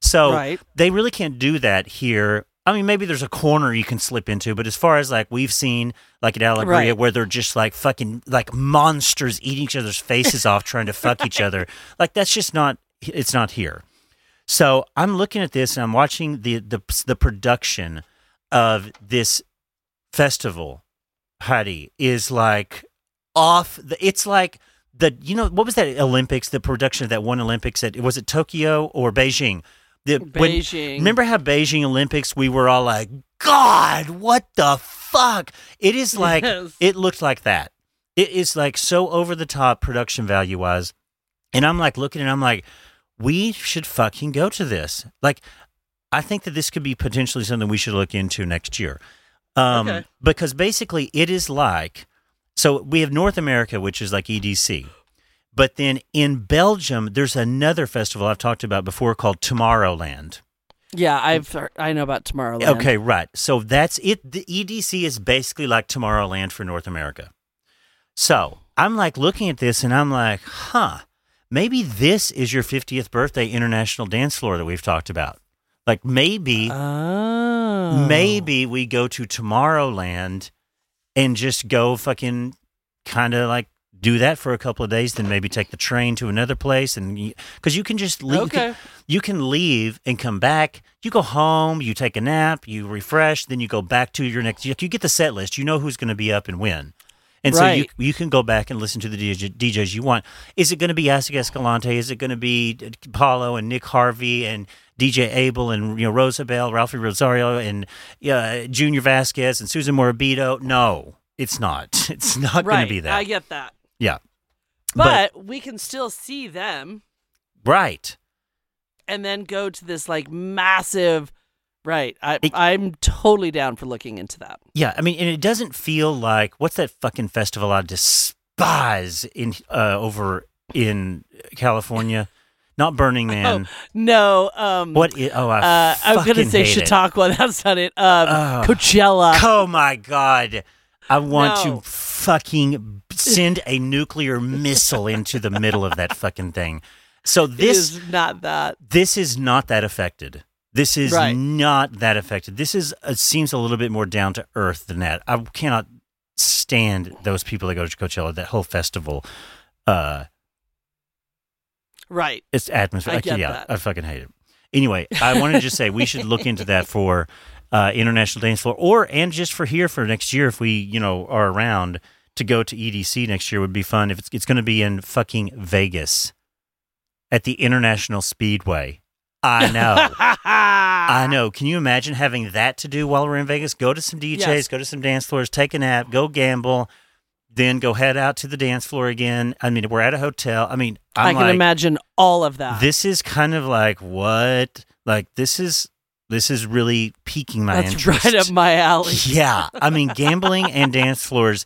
So
Right.
they really can't do that here. I mean, maybe there's a corner you can slip into, but as far as like we've seen, like at Allegria,
Right.
where they're just like fucking like monsters eating each other's faces off, trying to fuck each other, like that's just not. It's not here. So I'm looking at this and I'm watching the the the production of this festival. Hattie is like off the. It's like the you know what was that Olympics? The production of that one Olympics at was it Tokyo or Beijing? The, when-
Beijing.
remember how Beijing Olympics? We were all like, God, what the fuck? It is like
Yes.
it looked like that. It is like so over the top production value wise. And I'm like looking and I'm like, we should fucking go to this. Like, I think that this could be potentially something we should look into next year. Um,
Okay.
Because basically, it is like so we have North America, which is like EDC. But then in Belgium, there's another festival I've talked about before called Tomorrowland.
Yeah, I've heard- I know about Tomorrowland.
Okay, right. So that's it. The EDC is basically like Tomorrowland for North America. So I'm like looking at this and I'm like, huh, maybe this is your 50th birthday international dance floor that we've talked about. Like maybe,
Oh.
maybe we go to Tomorrowland and just go fucking kind of like do that for a couple of days, then maybe take the train to another place. And because you can just leave.
Okay.
You can leave and come back. You go home, you take a nap, you refresh, then you go back to your next. You you get the set list. You know who's going to be up and when. And so
Right.
you you can go back and listen to the DJ, DJs you want. Is it going to be Isaac Escalante? Is it going to be uh, Paulo and Nick Harvey and DJ Abel and you know Rosabel, Ralphie Rosario and uh, Junior Vasquez and Susan Morabito? No, it's not. It's not going
right.
to be that.
I get that.
yeah,
But, we can still see them
right.
and then go to this like massive Right. I
It-
I'm totally down for looking into that.
Yeah, I mean, and it doesn't feel like what's that fucking festival I despise in uh, over in California, not Burning Man.
No, um
What? i- oh, I
Oh. uh, I was gonna
fucking
say
hate it.
Chautauqua. That's not it. Um,
Ugh.
Coachella.
Oh my god, I want
No.
to fucking send a nuclear missile into the middle of that fucking thing. So this
is not that.
this is not that affected. This is
Right.
not that affected. This is it seems a little bit more down to earth than that. I cannot stand those people that go to Coachella. That whole festival, uh,
Right.
it's atmosphere.
I
I, can't-
get
yeah,
that.
I fucking hate it. Anyway, I wanted to just say we should look into that for uh, international dance floor, or and just for here for next year if we you know are around to go to EDC next year would be fun. If it's it's going to be in fucking Vegas at the International Speedway. I know. I
I
know. Can you imagine having that to do while we're in Vegas? Go to some DJs,
Yes.
go to some dance floors, take a nap, go gamble, then go head out to the dance floor again. I mean, we're at a hotel. I mean, I'm
I can
like,
imagine all of that.
this is kind of like what? Like this is this is really piquing my
That's
interest.
right up my alley.
yeah, I mean, gambling and dance floors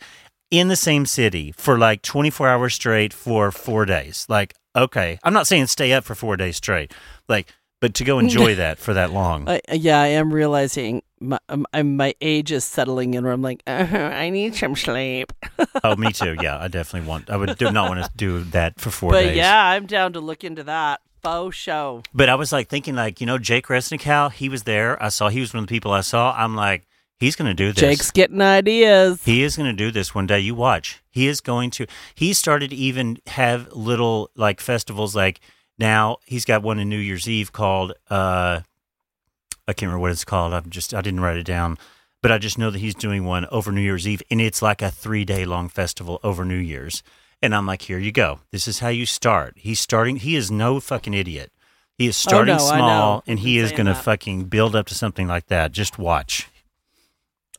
in the same city for like 24 hours straight for four days. Like, okay, I'm not saying stay up for four days straight, like, but to go enjoy that for that long.
I, Uh, yeah, I am realizing my um, I'm, my age is settling in where I'm like, uh I need some sleep.
oh, me too. Yeah, I definitely want. I would do not want to do that for four
But
days.
yeah, I'm down to look into that faux show.
But I was like thinking, like you know, Jake Resnick, how he was there. I saw he was one of the people I saw. I'm like, He's going to do this.
Jake's getting ideas.
He is going to do this one day. You watch. He is going to. He started to even have little like festivals. Like now, he's got one in New Year's Eve called. uh I can't remember what it's called. I've just I didn't write it down, but I just know that he's doing one over New Year's Eve, and it's like a three day long festival over New Year's. And I'm like, here you go. This is how you start. He's starting. He is no fucking idiot. He is starting
Oh, no, I know.
small,
We've
and he
been
is
saying
going to
that.
fucking build up to something like that. Just watch.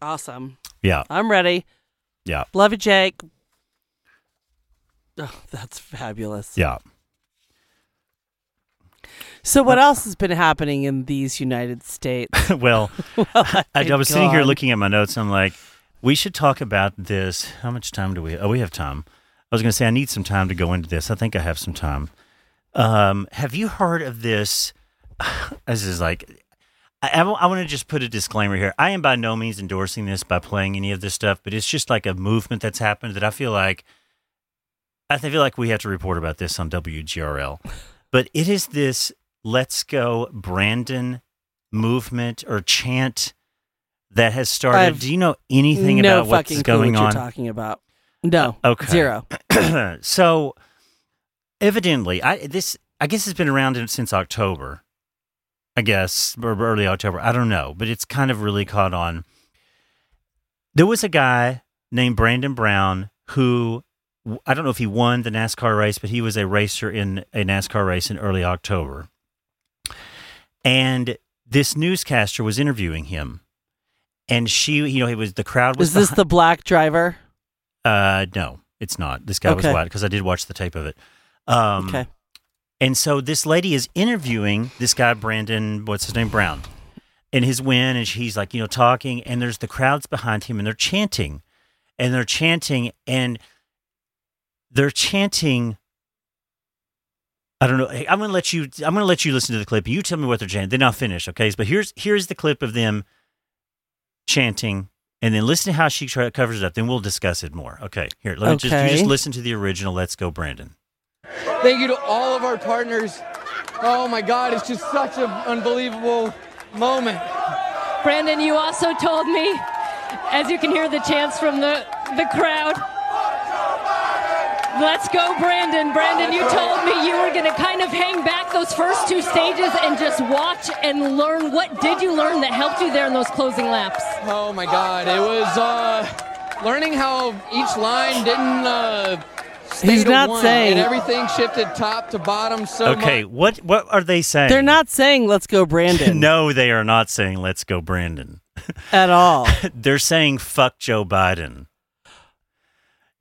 Awesome.
Yeah,
I'm ready.
yeah,
Love you, Jake. Oh, that's fabulous.
yeah.
So,
Uh,
what else has been happening in these United States? Oh
well, I, I was sitting here
God.
looking at my notes. And I'm like, we should talk about this. How much time do we? Oh, we have time. I was going to say I need some time to go into this. I think I have some time. Um, have you heard of this? This is like, I, want to just put a disclaimer here. I am by no means endorsing this by playing any of this stuff, but it's just like a movement that's happened that I feel like, I feel like we have to report about this on WGRL. But it is this "Let's Go Brandon" movement or chant that has started.
I've
Do you know anything
no
about what's
fucking clue
going
what
on? Uh,
You're talking about no.
okay.
Zero.
so evidently i this i guess it's been around since october i guess or early october i don't know but it's kind of really caught on there was a guy named brandon brown who i don't know if he won the nascar race but he was a racer in a nascar race in early october and this newscaster was interviewing him and she you know he was the crowd was
Is this
behi-
the black driver?
uh, no, it's not. This guy was
Okay.
white because I did watch the tape of it. Um,
Okay.
And so this lady is interviewing this guy Brandon. What's his name? Brown. And his win, and she's like, you know, talking, and there's the crowds behind him, and they're chanting, and they're chanting, and they're chanting. I don't know. Hey, I'm gonna let you. I'm gonna let you listen to the clip. You tell me what they're chanting. Then I'll finish. Okay. But here's here's the clip of them chanting, and then listen to how she try, covers it up. Then we'll discuss it more. Okay. Here, let me just you
Okay.
just listen to the original. Let's go, Brandon.
Thank you to all of our partners. Oh my God, it's just such an unbelievable moment.
Brandon, you also told me, as you can hear the chants from the, the crowd, let's go, Brandon. Brandon, you told me you were going to kind of hang back those first two stages and just watch and learn. What did you learn that helped you there in those closing laps?
Oh my God, it was uh, learning how each line didn't. Uh, stay
He's
to
not
one,
saying-
And everything shifted top to bottom so
Okay.
much.
What what are they saying?
They're not saying "Let's go, Brandon"
No, they are not saying "Let's go, Brandon."
at all.
They're saying "Fuck Joe Biden."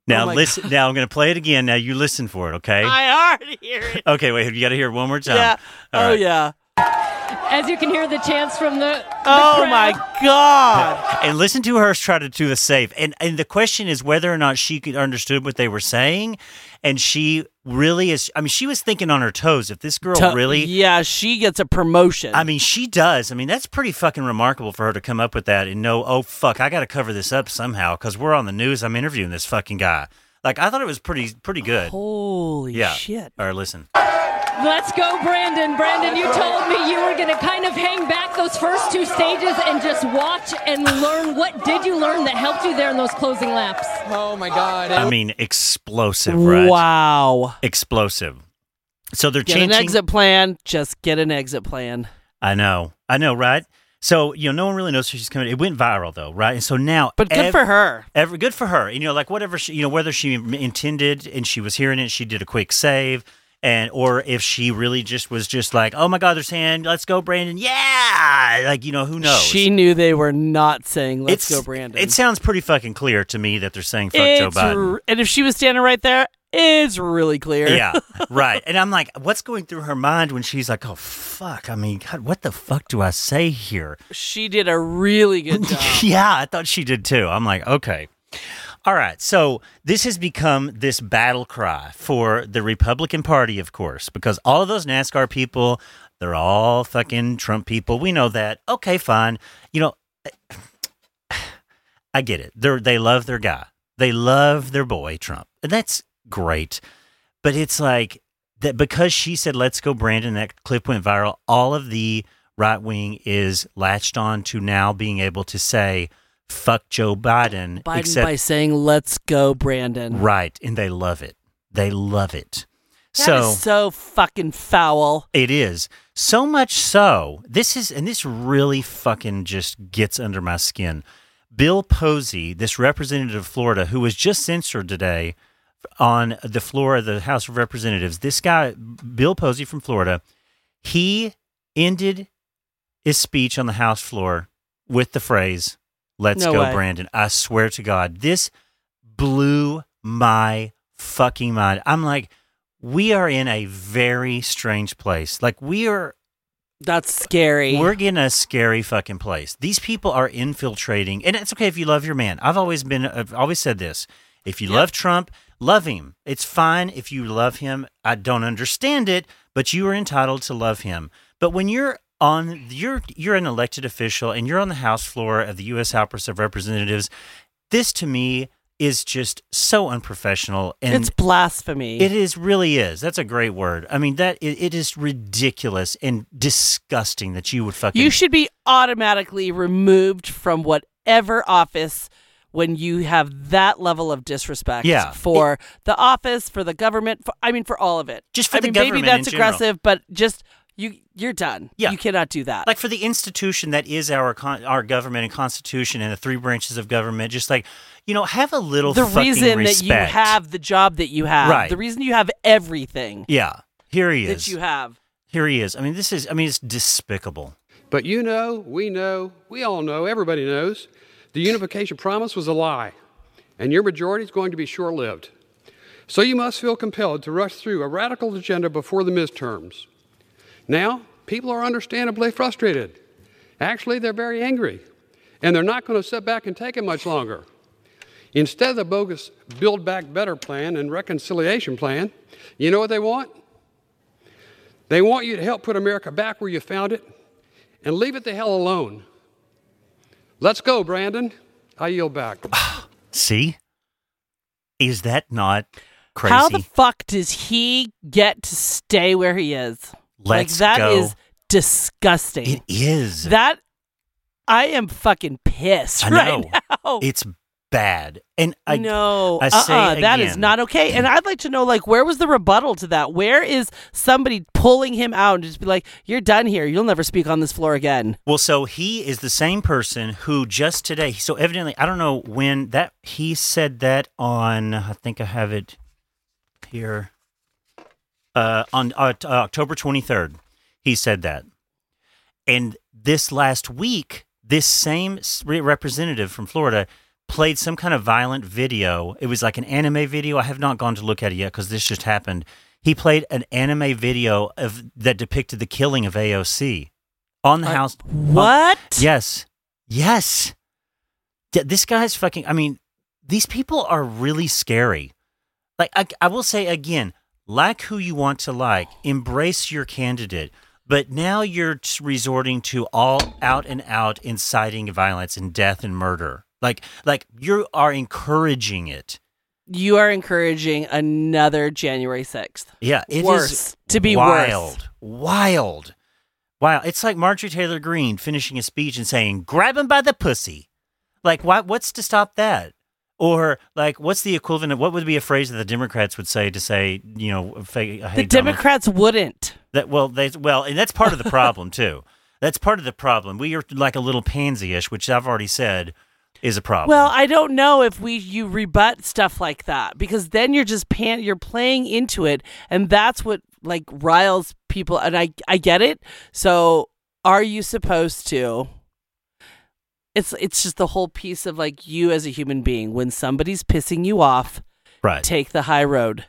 Now
Oh my
listen. Now I'm going to play it again. Now you listen for it, okay?
I already hear it.
okay, wait. You got to hear it one more time.
Yeah.
All
oh
right.
yeah.
As you can hear the chants from the, the
Oh
crowd,
my god.
And listen to her try to do the safe. And and the question is whether or not she could- understood what they were saying, and she really is. I mean, she was thinking on her toes. If this girl
To-
Oh, really
Yeah, she gets a promotion.
I mean, she does. I mean, that's pretty fucking remarkable for her to come up with that and know, oh, fuck, I got to cover this up somehow because we're on the news. I'm interviewing this fucking guy. Like, I thought it was pretty, pretty good.
Holy
yeah.
shit.
All right, listen.
Let's go, Brandon. Brandon, you told me you were going to kind of hang back those first two stages and just watch and learn. What did you learn that helped you there in those closing laps?
Oh my God, it
I mean, explosive, right?
Wow.
Explosive. So they're
Get
changing.
an exit plan. Just get an exit plan.
I know. I know, right? So, you know, no one really knows who she's coming. It went viral, though, right? And so now.
But good
ev-
for her.
Every, good for her. And, you know, like whatever she, you know, whether she intended and she was hearing it, she did a quick save. And, or if she really just was just like, oh my God, they're saying, let's go, Brandon. Yeah. Like, you know, who knows?
She knew they were not saying "Let's
It's-
go, Brandon."
It sounds pretty fucking clear to me that they're saying, fuck Joe
It's
Biden.
r- and if she was standing right there, it's really clear.
Yeah, right. And I'm like, what's going through her mind when she's like, oh, fuck. I mean, God, what the fuck do I say here?
She did a really good job.
yeah, I thought she did too. I'm like, okay. All right. So this has become this battle cry for the Republican Party, of course, because all of those NASCAR people, they're all fucking Trump people. We know that. Okay, fine. You know, I get it. They they love their guy. They love their boy Trump. And that's great. But it's like that because she said let's go Brandon that clip went viral. All of the right wing is latched on to now being able to say fuck Joe Biden.
Biden
except,
by saying, let's go, Brandon.
right, and they love it. They love it.
That
so
is so fucking foul.
It is. So much so, this is, and this really fucking just gets under my skin. Bill Posey, this representative of Florida, who was just censored today on the floor of the House of Representatives, this guy, Bill Posey from Florida, he ended his speech on the House floor with the phrase, Let's
No
go,
way.
Brandon. I swear to God, this blew my fucking mind. I'm like, we are in a very strange place. Like we are
That's scary.
we're in a scary fucking place. These people are infiltrating and it's okay if you love your man. I've always been I've always said this. If you love Trump, love him. It's fine if you love him. I don't understand it, but you are entitled to love him. But when you're on you're you're an elected official and you're on the House floor of the US House of Representatives, this to me is just so unprofessional and
it's blasphemy.
it is really is. That's a great word. I mean that it, it is ridiculous and disgusting that you would fucking
you should be automatically removed from whatever office when you have that level of disrespect
Yeah.
for the office, for the government, for, I mean, for all of it.
Just for
I
the
mean,
government
Maybe that's
in general.
aggressive, but just you, you're done.
Yeah.
You cannot do that.
like for the institution that is our con- our government and constitution and the three branches of government. Just like you know, have a little
the
fucking
reason that you
respect.
have the job that you have,
Right.
the reason you have everything
Yeah, here he is.
that you have.
Here he is. I mean, this is. I mean, it's despicable.
But you know, we know, we all know, everybody knows, the unification promise was a lie, and your majority is going to be short lived. So you must feel compelled to rush through a radical agenda before the midterms. Now, people are understandably frustrated. Actually, they're very angry, and they're not going to sit back and take it much longer. Instead of the bogus Build Back Better plan and reconciliation plan, you know what they want? They want you to help put America back where you found it and leave it the hell alone. Let's go, Brandon. I yield back.
See, is that not crazy?
How the fuck does he get to stay where he is?
Let's
like that
go.
is disgusting.
it is.
That I am fucking pissed
I
right
know.
now.
It's bad. And I
no,
I
uh-uh,
say
that is
again-
not okay. And I'd like to know, like, where was the rebuttal to that? Where is somebody pulling him out and just be like, "You're done here. You'll never speak on this floor again."
Well, so he is the same person who just today. So evidently, I don't know when that he said that on. I think I have it here. Uh, on uh, t- uh, October twenty third, he said that, and this last week, this same s- re- representative from Florida played some kind of violent video. It was like an anime video. I have not gone to look at it yet because this just happened. He played an anime video of that depicted the killing of AOC on the house.
What?
Yes. Yes. D- this guy's fucking. I mean, these people are really scary. Like, I, I will say again, like who you want to like, embrace your candidate. But now you're t- resorting to all out and out inciting violence and death and murder. Like, like you are encouraging it.
You are encouraging another January sixth.
Yeah, it is
Worse. To be worse.
wild, wild, wild. It's like Marjorie Taylor Greene finishing a speech and saying, "Grab him by the pussy." Like, why, what's to stop that? Or like, what's the equivalent of what would be a phrase that the Democrats would say to say, you know, fake, I hate
The
Donald
Democrats wouldn't.
that well, they well, and that's part of the problem too. That's part of the problem. We are like a little pansy-ish, which I've already said is a problem.
Well, I don't know if we you rebut stuff like that because then you're just pan you're playing into it and that's what like riles people and I I get it. So are you supposed to It's it's just the whole piece of like you as a human being when somebody's pissing you off,
right.
take the high road.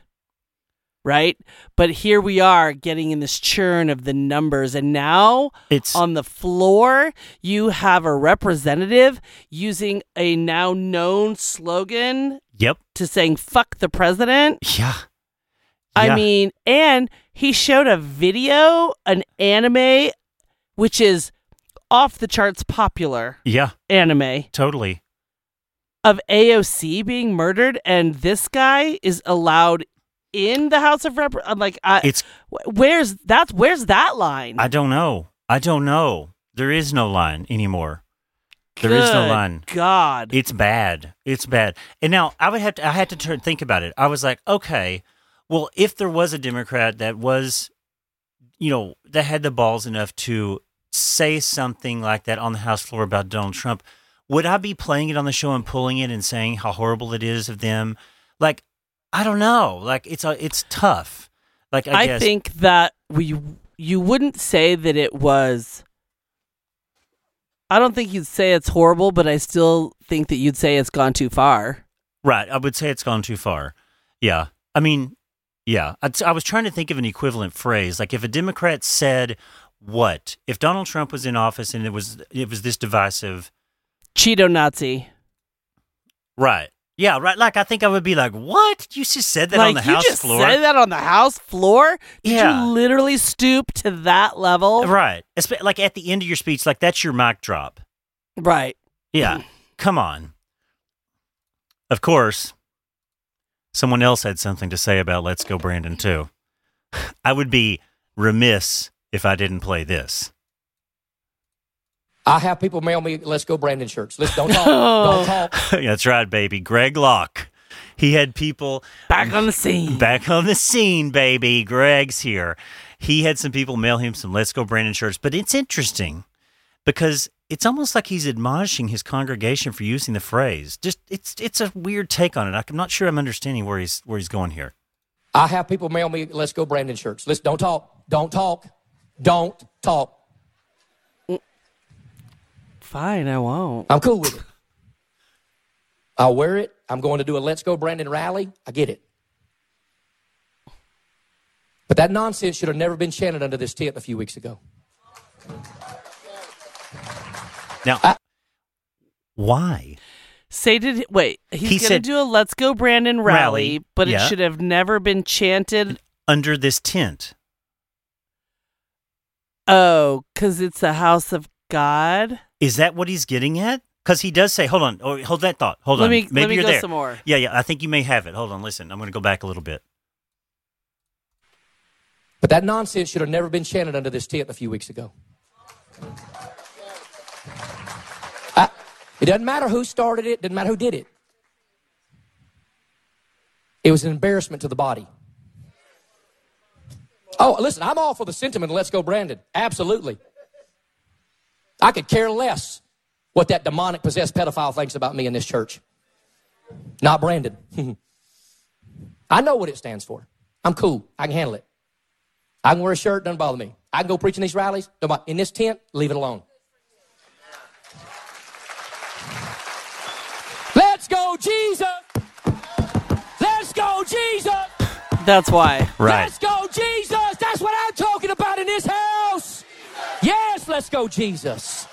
Right? But here we are getting in this churn of the numbers and now
it's
on the floor, you have a representative using a now known slogan
yep,
to saying fuck the president.
yeah. Yeah.
I mean, and he showed a video, an anime, which is off the charts popular
yeah,
anime
totally.
of AOC being murdered, and this guy is allowed in the House of Rep. I'm like, I,
It's
wh- where's that's where's that line?
I don't know. I don't know. There is no line anymore. There is no
Good
line.
God.
It's bad. It's bad. And now I would have to. I had to turn, think about it. I was like, okay, well, if there was a Democrat that was, you know, that had the balls enough to say something like that on the House floor about Donald Trump, would I be playing it on the show and pulling it and saying how horrible it is of them? Like, I don't know. Like, it's a, it's tough. Like, I,
I,
guess,
think that we you wouldn't say that it was. I don't think you'd say it's horrible, but I still think that you'd say it's gone too far.
Right. I would say it's gone too far. Yeah. I mean, yeah. I, I was trying to think of an equivalent phrase. Like if a Democrat said what? If Donald Trump was in office and it was it was this divisive.
Cheeto Nazi.
Right. Yeah, right. Like I think I would be like, "What? You just said that on the
like you
house
just
floor."
said that on the house floor. Did
Yeah.
you literally stoop to that level?
Right. Espe- Like at the end of your speech, like that's your mic drop.
Right.
Yeah. Come on. Of course, someone else had something to say about Let's Go Brandon, too. I would be remiss if I didn't play this.
I have people mail me "Let's Go Brandon" shirts. Let's don't talk. don't talk.
That's right, baby. Greg Locke. He had people
Back on the scene.
back on the scene, baby. Greg's here. He had some people mail him some Let's Go Brandon shirts, but it's interesting because it's almost like he's admonishing his congregation for using the phrase. Just it's it's a weird take on it. I'm not sure I'm understanding where he's where he's going here.
I have people mail me "Let's Go Brandon" shirts. Let's don't talk. Don't talk. Don't talk.
Fine, I won't.
I'm cool with it. I'll wear it. I'm going to do a Let's Go Brandon rally. I get it. But that nonsense should have never been chanted under this tent a few weeks ago.
Now, why?
Say did wait. He's
He
gonna
said-
do a "Let's Go Brandon" rally,
Rally,
but
yeah.
it should have never been chanted.
Under this tent.
Oh, because it's the house of God.
Is that what he's getting at? Because he does say, hold on, oh, hold that thought. Hold
Let
on.
me- let
Maybe
me
you're
go
there.
some more.
Yeah, yeah. I think you may have it. Hold on. Listen, I'm going to go back a little bit.
But that nonsense should have never been chanted under this tent a few weeks ago. I, it doesn't matter who started it, doesn't matter who did it. It was an embarrassment to the body. Oh, listen, I'm all for the sentiment, let's go, Brandon. Absolutely. I could care less what that demonic possessed pedophile thinks about me in this church. Not Brandon. I know what it stands for. I'm cool. I can handle it. I can wear a shirt, doesn't bother me. I can go preach in these rallies, don't bother. in this tent, leave it alone. Let's go, Jesus! Let's go, Jesus!
That's why.
Right.
Let's go, Jesus! That's what I'm talking about in this house! Yes, let's go, Jesus!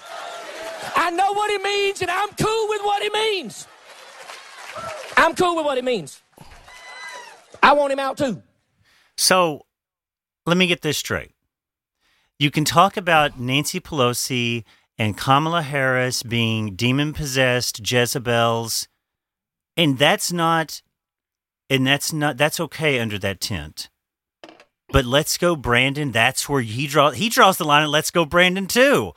I know what it means, and I'm cool with what it means. I'm cool with what it means. I want him out too.
So let me get this straight. You can talk about Nancy Pelosi and Kamala Harris being demon possessed Jezebels, and that's not, and that's not, that's okay under that tent. But let's go, Brandon. That's where he draw he draws the line. And let's go, Brandon too.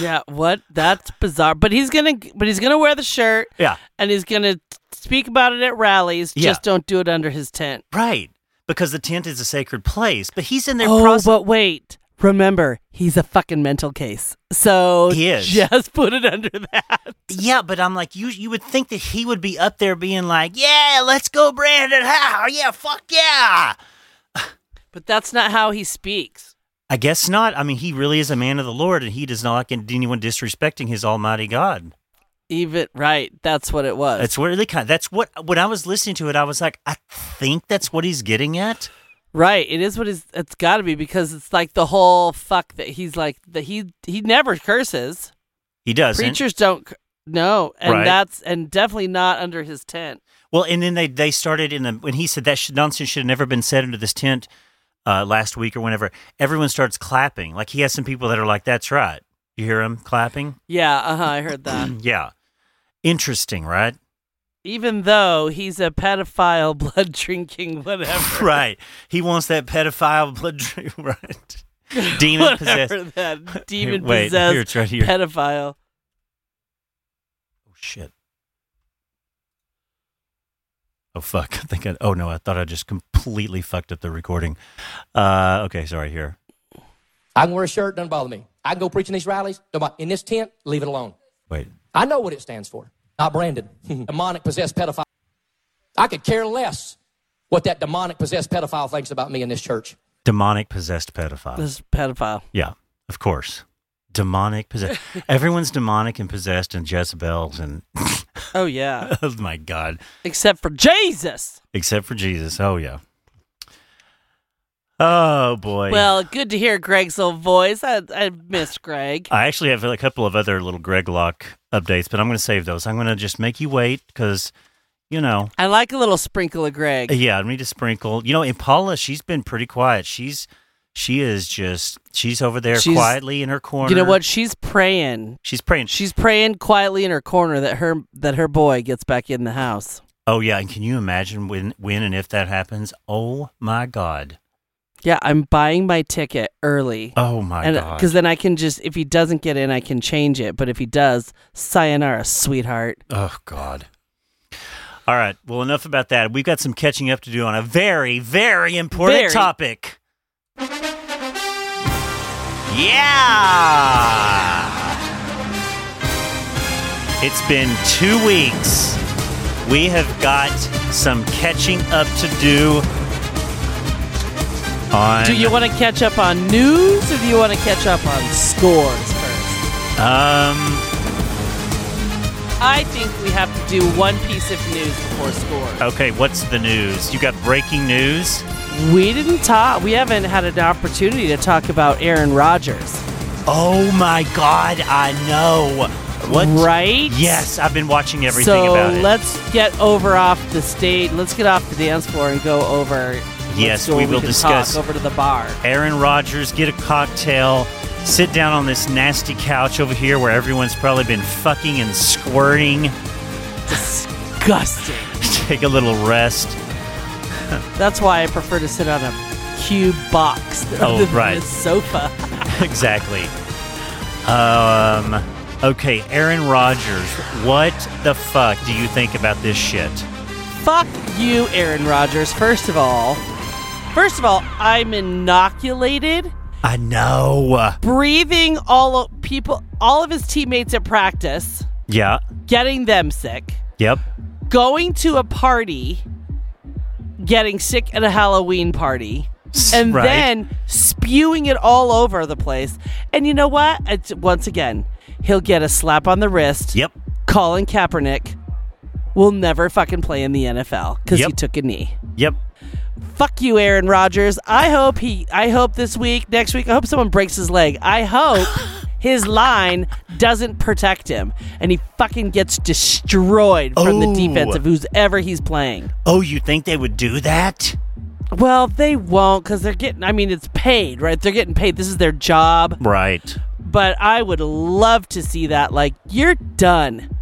Yeah, what? That's bizarre. But he's gonna, but he's gonna wear the shirt,
Yeah,
and he's gonna t- speak about it at rallies.
Yeah.
Just don't do it under his tent.
right. Because the tent is a sacred place. But he's in there.
oh,
process-
but wait. Remember, he's a fucking mental case. So
He is.
just put it under that.
Yeah, but I'm like, you you would think that he would be up there being like, yeah, let's go, Brandon. How? Yeah, fuck yeah.
But that's not how he speaks.
I guess not. I mean, he really is a man of the Lord, and he does not like anyone disrespecting his Almighty God.
Even right. That's what it was.
That's what they kind. That's what when I was listening to it, I was like, I think that's what he's getting at.
Right. It is what is. It's got to be because it's like the whole fuck that he's like that he he never curses.
He doesn't.
Preachers don't. cur- No, and
Right.
that's and definitely not under his tent.
Well, and then they they started in the when he said that should, nonsense should have never been said into this tent uh, last week or whenever. Everyone starts clapping. Like he has some people that are like, that's right. You hear him clapping?
Yeah, uh huh. I heard that.
Yeah. Interesting, right?
Even though he's a pedophile, blood drinking, whatever,
right. He wants that pedophile blood dream, right? Demon
whatever
possessed.
that demon
Wait, here,
possessed
it's right here.
pedophile.
shit. Oh fuck! I think I. Oh no! I thought I just completely fucked up the recording. Uh, okay, sorry. Here.
I can wear a shirt, doesn't bother me. I can go preach in these rallies, don't bother- in this tent, leave it alone.
Wait.
I know what it stands for. Not branded. demonic possessed pedophile. I could care less what that demonic possessed pedophile thinks about me in this church.
Demonic possessed pedophile.
This is pedophile.
Yeah, of course. Demonic possessed. Everyone's demonic and possessed and Jezebels and
Oh yeah.
oh my god,
Except for Jesus.
except for Jesus. Oh yeah. Oh boy.
Well, good to hear Greg's little voice. I, I missed Greg.
I actually have a couple of other little Greg Locke updates, but I'm going to save those. I'm going to just make you wait because, you know,
I like a little sprinkle of Greg.
Yeah, I need to sprinkle. You know, and Paula, she's been pretty quiet. She's she is just she's over there
She's-
quietly in her corner.
You know what? She's praying.
She's praying.
She's praying quietly in her corner that her that her boy gets back in the house.
oh yeah, and can you imagine when when and if that happens? Oh my god.
Yeah, I'm buying my ticket early.
Oh my
and
god.
because then I can just if he doesn't get in, I can change it. But if he does, sayonara, sweetheart.
Oh god. All right. Well, enough about that. We've got some catching up to do on a very, very important
Very.
topic. Yeah. It's been two weeks. We have got some catching up to do on.
Do you want to catch up on news or do you want to catch up on scores first?
Um.
I think we have to do one piece of news before scores.
Okay. What's the news? You got breaking news.
We didn't talk. We haven't had an opportunity to talk about Aaron Rodgers,
Oh my God! I know. What?
right?
Yes, I've been watching everything
so
about it.
let's get over off the stage. Let's get off the dance floor and go over.
Yes,
let's go
we
where
will
can
discuss.
Talk, over to the bar.
Aaron Rodgers, get a cocktail, sit down on this nasty couch over here where everyone's probably been fucking and squirting.
Disgusting.
Take a little rest.
That's why I prefer to sit on a cube box
Oh,
rather than
right.
a sofa.
exactly. Um. Okay, Aaron Rodgers, what the fuck do you think about this shit?
Fuck you, Aaron Rodgers. First of all, first of all, I'm inoculated.
I know.
breathing all o- people, all of his teammates at practice,
Yeah.
getting them sick,
Yep.
going to a party, getting sick at a Halloween party, and
Right.
then spewing it all over the place. And you know what? It's, once again, he'll get a slap on the wrist.
Yep.
Colin Kaepernick will never fucking play in the NFL because he
Yep.
took a knee.
Yep.
Fuck you, Aaron Rodgers. I hope he. I hope this week, next week. I hope someone breaks his leg. I hope his line doesn't protect him, and he fucking gets destroyed from
Oh.
the defense of who's ever he's playing.
Oh, you think they would do that?
Well, they won't because they're getting. I mean, it's paid, right? They're getting paid. This is their job.
Right.
But I would love to see that. Like, you're done.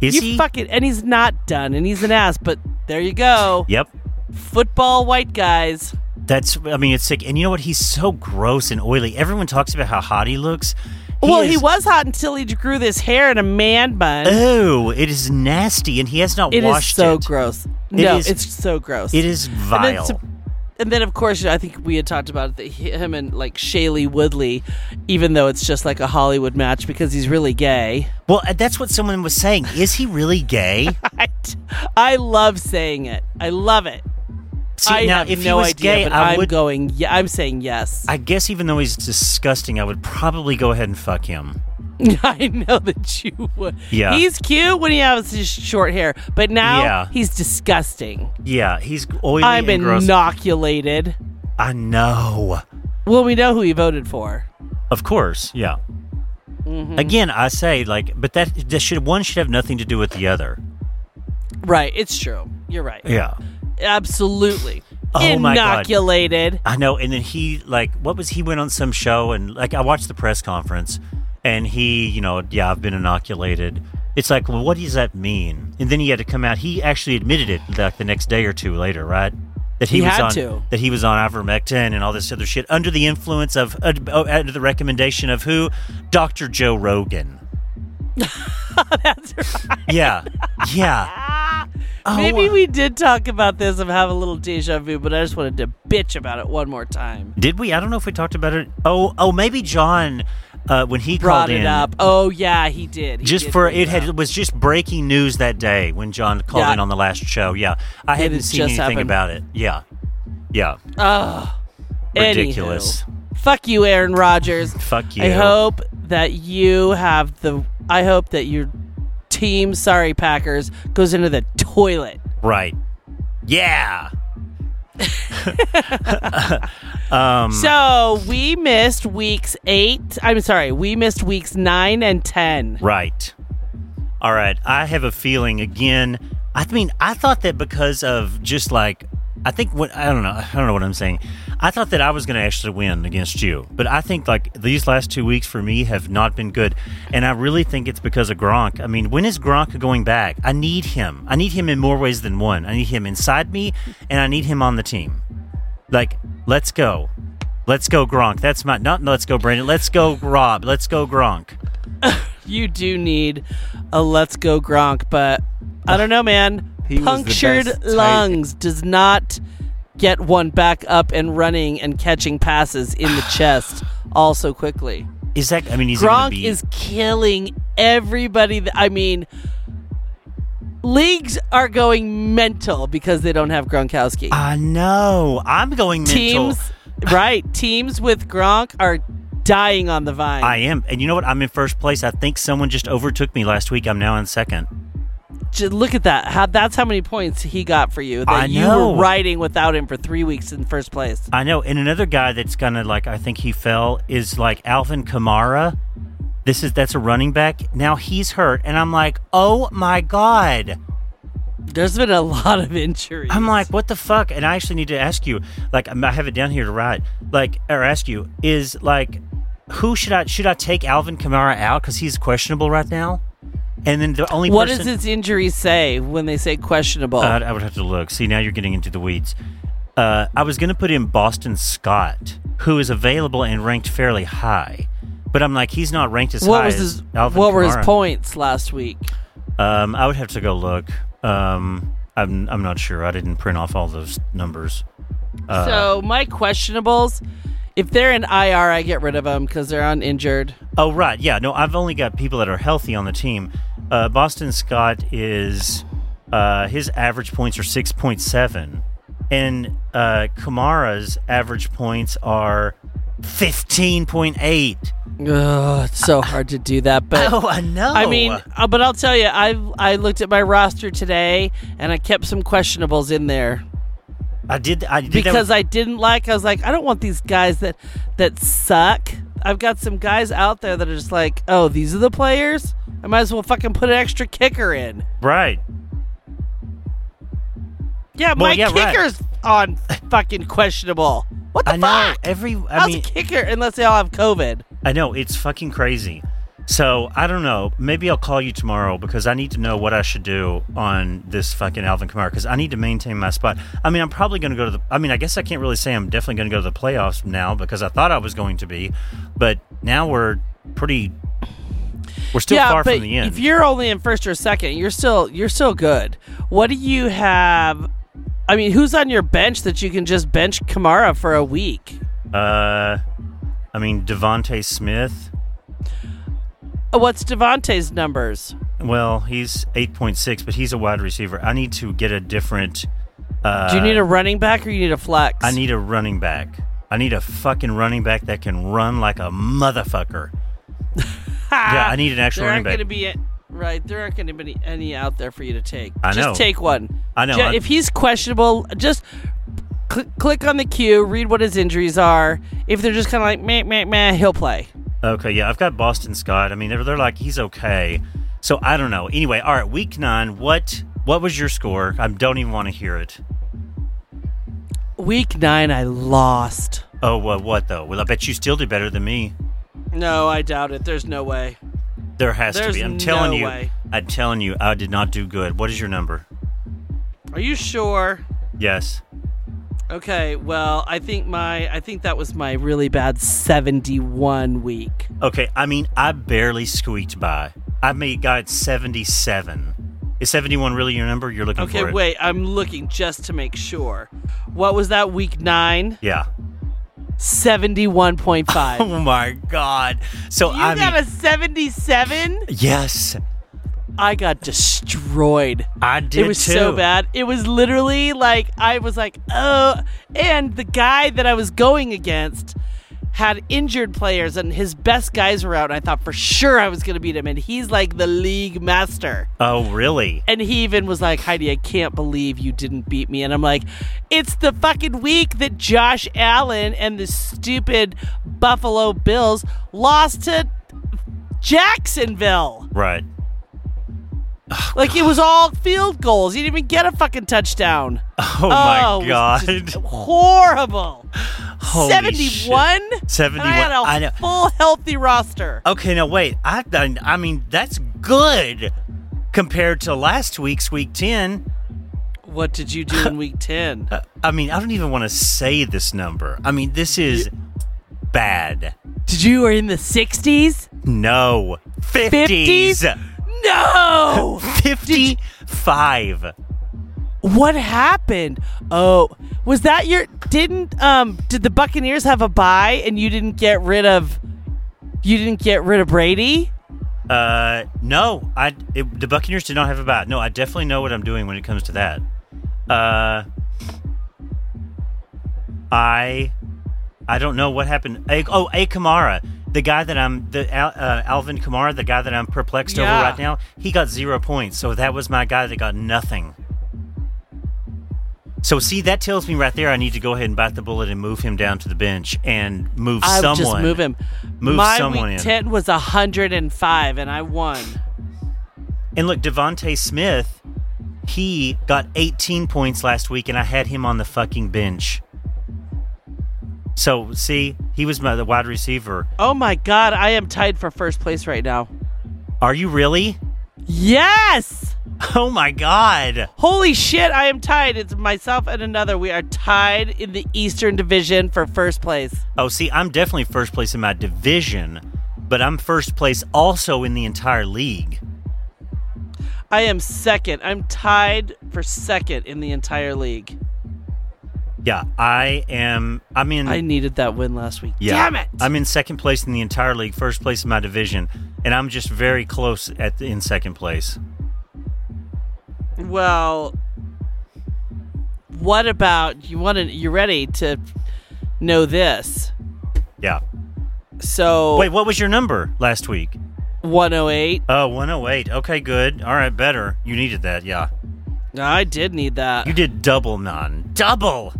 Is
you
he?
fucking and he's not done, and he's an ass. But there you go,
Yep.
football white guys.
That's, I mean, it's sick. And you know what? He's so gross and oily. Everyone talks about how hot he looks.
well, he
is-
was hot until he grew this hair and a man bun.
Oh, it is nasty, and he has not
It is
washed
so
it.
gross. No,
is-
it's so gross.
It is
And then,
vile.
sup- and then, of course, you know, I think we had talked about it, that he- him and like Shaylee Woodley, even though it's just like a Hollywood match because he's really gay.
well, uh, that's what someone was saying. Is he really gay?
I, I love saying it. I love it.
See,
I
now,
have
if
no
he was
idea,
gay,
but
I
am
would.
going. Yeah, I'm saying yes.
I guess even though he's disgusting, I would probably go ahead and fuck him.
I know that you would.
Yeah.
he's cute when he has his short hair, but now
Yeah.
he's disgusting.
Yeah, he's oily
I'm
and gross.
inoculated.
I know.
Well, we know who he voted for.
Of course, yeah.
Mm-hmm.
Again, I say like, but that, that should one should have nothing to do with the other.
Right, it's true. You're right.
Yeah.
Absolutely.
Oh my God.
Inoculated.
I know. And then he like, what was he went on some show and like I watched the press conference, and he, you know, yeah, I've been inoculated. It's like, well, what does that mean? And then he had to come out. He actually admitted it like the next day or two later, right? That he,
He
was
had
on
to.
that he was on ivermectin and all this other shit under oh, the influence of uh, under the recommendation of who? Doctor Joe Rogan. Yeah. Yeah. Oh.
Maybe we did talk about this and have a little deja vu, but I just wanted to bitch about it one more time.
Did we? I don't know if we talked about it. Oh, oh, maybe John, uh, when he
Brought
called
it
in,
up. Oh yeah, he did. He
just
did
for
bring
it had
up.
it was just breaking news that day when John called
Yeah.
in on the last show. Yeah, I
It
hadn't
had
seen
just
anything
happened.
about it. Yeah, yeah, ridiculous.
Anywho, fuck you, Aaron Rodgers.
Fuck you.
I hope that you have the. I hope that your team, sorry Packers, goes into the toilet.
Right? Yeah. Um,
So we missed weeks eight. I'm sorry, we missed weeks nine and ten.
Right. All right. I have a feeling again. I mean, I thought that because of just like I think what I don't know. I don't know what I'm saying. I thought that I was going to actually win against you, but I think like these last two weeks for me have not been good, and I really think it's because of Gronk. I mean, when is Gronk going back? I need him. I need him in more ways than one. I need him inside me, and I need him on the team. Like, let's go. Let's go, Gronk. That's my not. Let's go, Brandon. Let's go, Rob. Let's go, Gronk.
You do need a let's go Gronk, but I don't know, man.
He was the
Punctured
best tight-
lungs does not get one back up and running and catching passes in the chest all so quickly.
Is that? I mean, he's gonna
Gronk
be,
is killing everybody. That, I mean, leagues are going mental because they don't have Gronkowski.
Ah,
I know. I'm going mental.
teams, right? Teams with Gronk are dying on the vine.
I am. And you know what? I'm in first place. I think someone just overtook me last week. I'm now in second.
J- look at that. How, that's how many points he got for you. That
I
you
know.
were riding without him for three weeks in first place.
I know. And another guy that's gonna like I think he fell is like Alvin Kamara. This is that's a running back. Now he's hurt. And I'm like, oh my God.
There's been a lot of injuries.
I'm like, what the fuck? And I actually need to ask you, like, I'm- I have it down here to write, like, or ask you, is like, who should I should I take Alvin Kamara out because he's questionable right now? And then the only
what
person,
does his injury say when they say questionable?
Uh, I would have to look. See, now you're getting into the weeds. Uh, I was going to put in Boston Scott, who is available and ranked fairly high, but I'm like, he's not ranked as
what
high
was
as
his
Alvin
What were his
Kamara.
points last week?
Um, I would have to go look. Um, I'm I'm not sure. I didn't print off all those numbers. Uh,
So my questionables, if they're in IR, I get rid of them because they're uninjured.
Oh right, yeah. No, I've only got people that are healthy on the team. Uh, Boston Scott is uh, his average points are six point seven, and uh, Kamara's average points are fifteen point eight.
Ugh, it's so hard to do that, but.
Oh, I know.
I mean, uh, but I'll tell you, I I looked at my roster today and I kept some questionables in there
I did. I did
because
that
I didn't like. I was like, I don't want these guys that that suck. I've got some guys out there that are just like, oh, these are the players. I might as well fucking put an extra kicker in.
with- right.
Yeah,
Well,
my
yeah, right.
kicker's on fucking questionable. What the
I know
fuck?
every. I
How's
mean,
a kicker unless they all have COVID?
I know it's fucking crazy. So I don't know. Maybe I'll call you tomorrow because I need to know what I should do on this fucking Alvin Kamara because I need to maintain my spot. I mean, I'm probably going to go to the. I mean, I guess I can't really say I'm definitely going to go to the playoffs now because I thought I was going to be, but now we're pretty. We're still
yeah,
far
but
from the end.
if you're only in first or second, you're still you're still good. What do you have? I mean, who's on your bench that you can just bench Kamara for a week?
uh, I mean, Devonte Smith.
Uh, What's Devontae's numbers?
Well, he's eight point six, but he's a wide receiver. I need to get a different. Uh,
Do you need a running back or you need a flex?
I need a running back. I need a fucking running back that can run like a motherfucker. yeah, I need an actual
There
running
aren't going
back.
to be a- right. There aren't going to be any out there for you to take.
I know.
Just take one.
I know.
Ju-
I-
if he's questionable, just cl- click on the queue, read what his injuries are. If they're just kind of like meh meh meh, he'll play.
okay, yeah, I've got Boston Scott. I mean, they're, they're like he's okay. So I don't know. Anyway, all right, week nine. What what was your score? I don't even want to hear it.
Week nine, I lost.
Oh, well, what though? Well, I bet you still do better than me.
No, I doubt it. There's no way.
There has to
There's
be. I'm telling
no
you.
way.
I'm telling you, I did not do good. What is your number?
Are you sure?
Yes.
Okay, well, I think my I think that was my really bad 71 week.
Okay, I mean, I barely squeaked by. I made got 77. Is 71 really your number? You're looking for
Okay,
it.
wait, I'm looking just to make sure. What was that week 9?
Yeah.
71.5.
Oh my god. So
you
I
got
mean,
a 77?
yes,
I got destroyed.
I did
it was
too.
so bad. It was literally like I was like, oh, and the guy that I was going against had injured players, and his best guys were out. And I thought for sure I was going to beat him, and he's like the league master.
Oh really?
And he even was like, Heidi, I can't believe you didn't beat me. And I'm like, it's the fucking week that Josh Allen and the stupid Buffalo Bills lost to Jacksonville.
Right.
Like it was all field goals. You didn't even get a fucking touchdown.
Oh, my
it was
god.
just horrible.
Holy shit.
Seventy-one. And
71.
I Uh, had a
I know.
full healthy roster.
Okay, now wait. I've done. I mean, that's good compared to last week's week ten.
What did you do in week ten?
Uh, I mean, I don't even want to say this number. I mean, this is bad.
Did you were in the sixties?
No, fifties,
Fifties? No.
fifty-five.
what happened? Oh, was that your? Didn't um? Did the Buccaneers have a bye and you didn't get rid of? You didn't get rid of Brady.
Uh, no, I it, the Buccaneers did not have a bye. No, I definitely know what I'm doing when it comes to that. Uh, I I don't know what happened. A, oh, A Kamara, the guy that I'm the Al, uh, Alvin Kamara, the guy that I'm perplexed
Yeah.
over right now. He got zero points, so that was my guy that got nothing. So see, that tells me right there I need to go ahead and bite the bullet and move him down to the bench and move
I would
someone.
just move him.
Move
My
someone
week
in.
ten was hundred and five, and I won.
And look, Devonte Smith, he got 18 points last week, and I had him on the fucking bench. So see, he was my the wide receiver.
Oh my god, I am tied for first place right now.
Are you really?
Yes!
Oh my god!
Holy shit, I am tied. It's myself and another. We are tied in the Eastern Division for first place.
Oh, see, I'm definitely first place in my division, but I'm first place also in the entire league.
I am second. I'm tied for second in the entire league.
Yeah, I am. I'm in.
I needed that win last week.
yeah,
Damn it!
I'm in second place in the entire league, first place in my division, and I'm just very close at in second place.
well, what about you want to you ready to know this?
Yeah.
So
Wait, what was your number last week?
108.
Oh, 108. Okay, good. All right, better. You needed that, yeah.
I did need that.
You did double none. Double!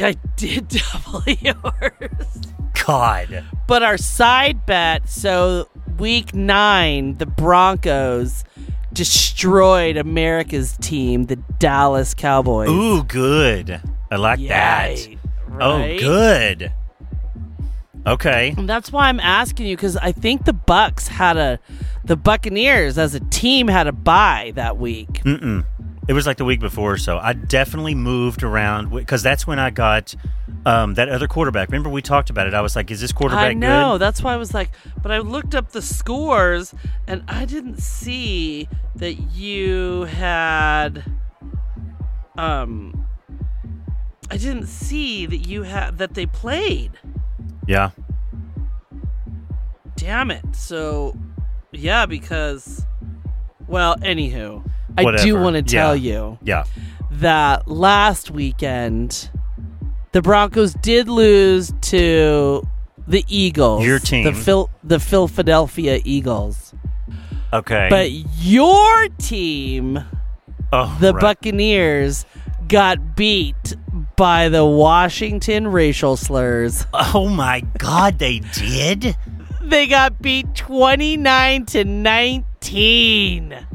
I did double yours.
God.
But our side bet, so week nine, the Broncos destroyed America's team, the Dallas Cowboys.
Ooh, good. I like that.
Yay, right?
Oh, good. Okay.
And that's why I'm asking you because I think the Bucks had a, the Buccaneers as a team had a bye that week.
Mm, It was like the week before, so I definitely moved around because that's when I got um, that other quarterback. Remember, we talked about it. I was like, is this quarterback
I know.
good?
That's why I was like, but I looked up the scores and I didn't see that you had um I didn't see that you had that they played.
Yeah.
Damn it. So yeah, because well, anywho, I do
Whatever.
want to tell
Yeah.
you
Yeah.
that last weekend the Broncos did lose to the Eagles.
Your team.
The Phil the Philadelphia Eagles.
Okay.
But your team,
oh,
the
right.
Buccaneers, got beat by the Washington racial slurs.
Oh, my God, they did?
They got beat 29 to 19.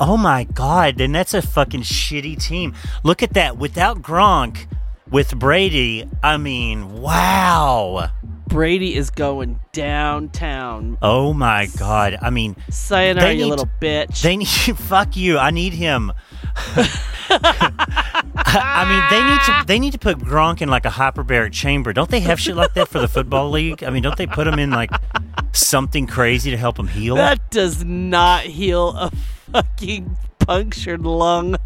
Oh my God, then that's a fucking shitty team. Look at that. Without Gronk, with Brady, I mean, wow.
Brady is going downtown.
Oh my God. I mean,
Sayonara,
They
you
need
little bitch.
they need, fuck you. I need him. I mean, they need to they need to put Gronk in like a hyperbaric chamber. Don't they have shit like that for the football league? I mean, don't they put him in like something crazy to help him heal?
That does not heal a fucking punctured lung.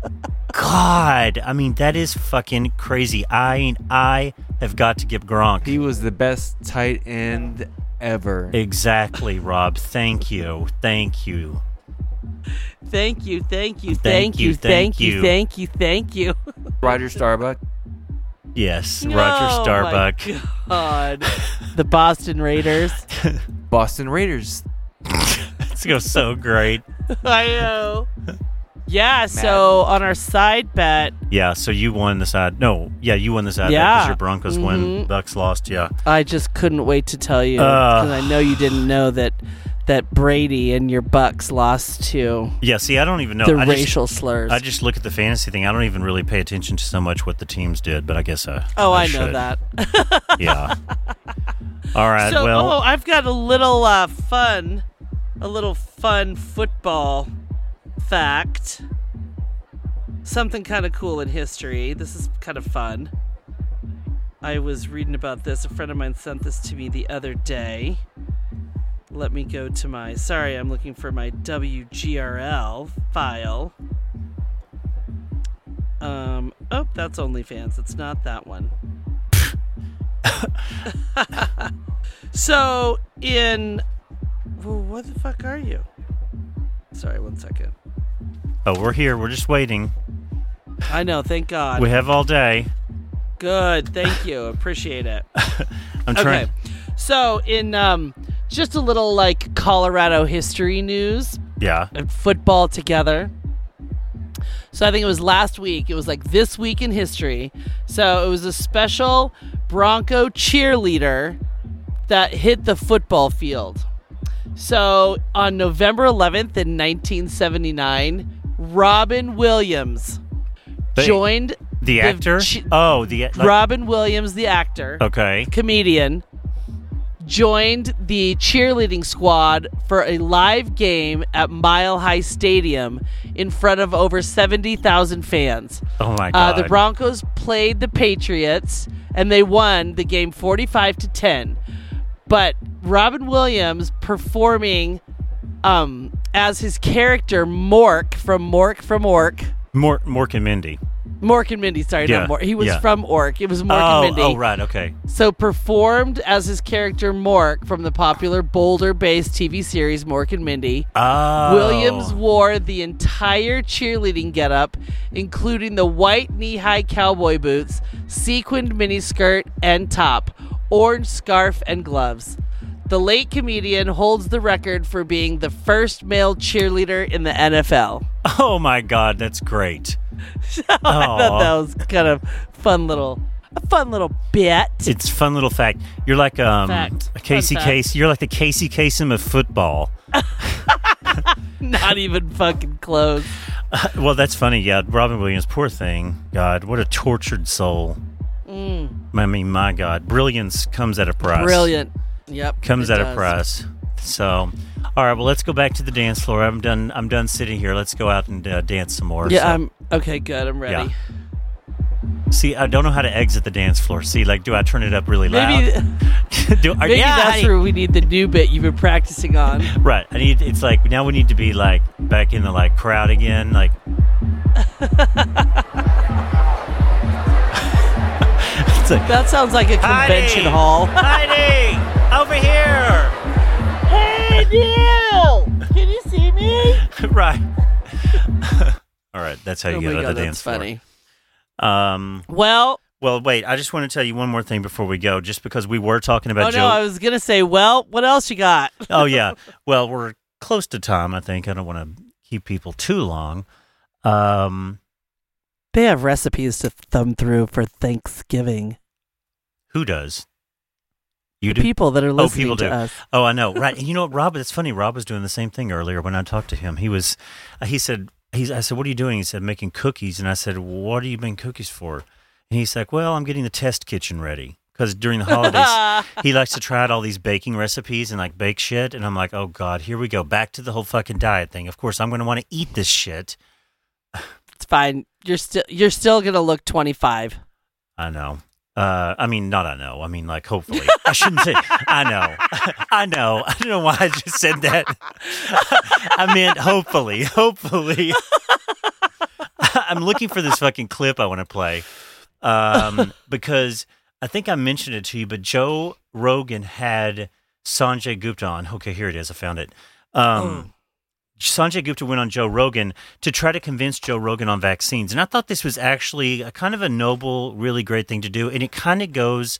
God, I mean, that is fucking crazy. I mean, I have got to give Gronk.
He was the best tight end ever.
Exactly, Rob. Thank you. Thank you.
Thank you, thank you,
Thank
thank
you,
you,
thank
thank you,
you.
thank you, thank you.
Roger Starbuck.
Yes, Roger
Oh, my
Starbuck.
God. The Boston Raiders.
Boston Raiders.
It's going so great.
I know. Yeah, so on our side bet,
Yeah, so you won the side. No, yeah, you won the side. because
Yeah. Mm-hmm.
your Broncos win, Bucks lost. Yeah,
I just couldn't wait to tell you
Ugh.
because I know you didn't know that that Brady and your Bucks lost to
yeah. See, I don't even know.
the
I just-
racial slurs.
I just look at the fantasy thing. I don't even really pay attention to so much what the teams did, but I guess I.
oh, I, know
should.
that.
Yeah. All right.
so,
well,
oh, I've got a little uh, fun, a little fun football fact. Something kind of cool in history. This is kind of fun. I was reading about this. A friend of mine sent this to me the other day. Let me go to my. Sorry, I'm looking for my WGRL file. Um, oh, that's OnlyFans. It's not that one. So in well, what the fuck are you? Sorry, one second.
oh, we're here. We're just waiting.
I know. Thank God.
We have all day.
Good. Thank you. Appreciate it.
I'm trying.
Okay. So in um, just a little like Colorado history news
Yeah.
and football together. So I think it was last week. It was like this week in history. So it was a special Bronco cheerleader that hit the football field. So on November 11th in 1979, Robin Williams
They-
joined
The actor.
che-
oh, the like,
Robin Williams, the actor,
Okay.
comedian, joined the cheerleading squad for a live game at Mile High Stadium in front of over 70,000 fans.
Oh my
Uh,
god.
the Broncos played the Patriots and they won the game 45 to 10. But Robin Williams performing um, as his character Mork from Mork from Ork.
Mor- Mork and Mindy.
Mork and Mindy, sorry,
Yeah,
not Mork. He was
yeah.
from Ork. It was Mork
oh,
and Mindy.
oh, right. Okay.
So performed as his character Mork from the popular Boulder-based TV series Mork and Mindy.
Oh.
Williams wore the entire cheerleading getup, including the white knee-high cowboy boots, sequined miniskirt and top, orange scarf and gloves. The late comedian holds the record for being the first male cheerleader in the NFL.
Oh my god, that's great.
I thought that was kind of fun little a fun little bit.
It's fun little fact. You're like um
Fact.
a Casey
Fun fact.
Case. You're like the Casey Kasem of football.
Not even fucking close.
Well, that's funny. Yeah, Robin Williams, poor thing. God, what a tortured soul.
Mm.
I mean, my God, brilliance comes at a price.
Brilliant. Yep.
comes
it
at a
does.
price. So, all right. Well, let's go back to the dance floor. I'm done. I'm done sitting here. Let's go out and uh, dance some more.
Yeah,
So,
I'm okay. Good. I'm ready.
See, I don't know how to exit the dance floor. See, like, do I turn it up really loud?
Maybe,
do, or,
maybe
yeah,
that's
honey.
where we need the new bit you've been practicing on.
Right. I need. It's like now we need to be like back in the like crowd again. Like. it's like
That sounds like a convention
Heidi!
hall.
Heidi, over here.
Hey, Neil! Can you see me?
right. All right. That's how you
Oh
get
my
out
god,
of the
that's
dance
funny.
floor. Um.
Well,
Well, wait. I just want to tell you one more thing before we go, just because we were talking
oh
about
no, I
Joe.
was gonna say. Well, what else you got?
oh yeah. Well, we're close to time. I think I don't want to keep people too long. Um.
They have recipes to thumb through for Thanksgiving.
Who does? You do.
People that are
Oh,
listening
people
to
do.
us.
Oh, I know. Right. And you know what, Rob? It's funny. Rob was doing the same thing earlier when I talked to him. He was, uh, he said, he's, I said, what are you doing? He said, making cookies. And I said, what are you making cookies for? And he's like, well, I'm getting the test kitchen ready. Because during the holidays, he likes to try out all these baking recipes and like bake shit. And I'm like, oh God, here we go. Back to the whole fucking diet thing. Of course, I'm going to want to eat this shit.
It's fine. You're still you're still gonna look 25.
I know. Uh, I mean, not I know. I mean, like, hopefully. I shouldn't say. I know. I know. I don't know why I just said that. I meant hopefully. Hopefully. I'm looking for this fucking clip I want to play um, because I think I mentioned it to you, but Joe Rogan had Sanjay Gupta on. Okay, here it is. I found it. Um, Sanjay Gupta went on Joe Rogan to try to convince Joe Rogan on vaccines. And I thought this was actually a kind of a noble, really great thing to do. And it kind of goes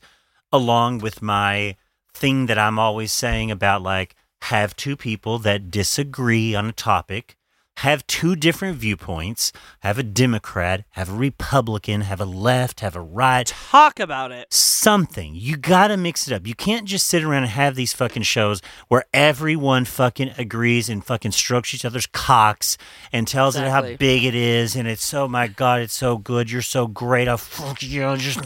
along with my thing that I'm always saying about like have two people that disagree on a topic, have two different viewpoints, have a Democrat, have a Republican, have a left, have a right,
Talk about it.
something. You got to mix it up. You can't just sit around and have these fucking shows where everyone fucking agrees and fucking strokes each other's cocks and tells it
Exactly.
how big it is and it's oh my god, it's so good, you're so great, I fuck you, I just.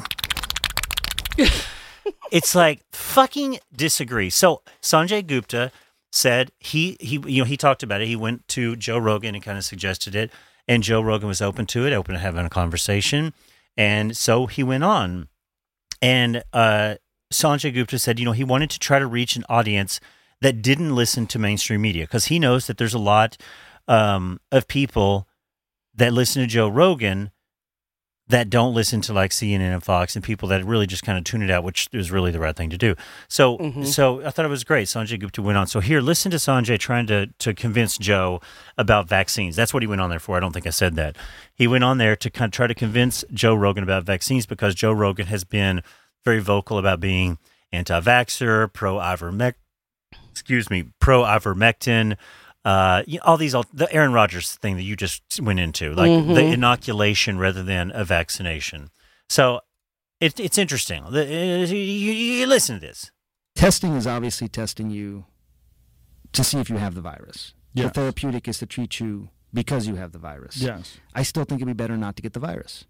it's like fucking disagree. So Sanjay Gupta said he he you know he talked about it. He went to Joe Rogan and kind of suggested it, and Joe Rogan was open to it, open to having a conversation, and so he went on. And uh, Sanjay Gupta said, you know, he wanted to try to reach an audience that didn't listen to mainstream media because he knows that there's a lot um, of people that listen to Joe Rogan that don't listen to like CNN and Fox and people that really just kind of tune it out, which is really the right thing to do. So, so I thought it was great. Sanjay Gupta went on. So here, listen to Sanjay trying to to convince Joe about vaccines. That's what he went on there for. I don't think I said that. He went on there to kind of try to convince Joe Rogan about vaccines because Joe Rogan has been very vocal about being anti-vaxxer, pro ivermectin, excuse me, pro ivermectin, uh, you know, all these, al- the Aaron Rodgers thing that you just went into, like the inoculation rather than a vaccination. So it, it's interesting. The- uh, You, you listen to this.
testing is obviously testing you to see if you have the virus. The
Yes.
therapeutic is to treat you because you have the virus.
Yes.
I still think it'd be better not to get the virus.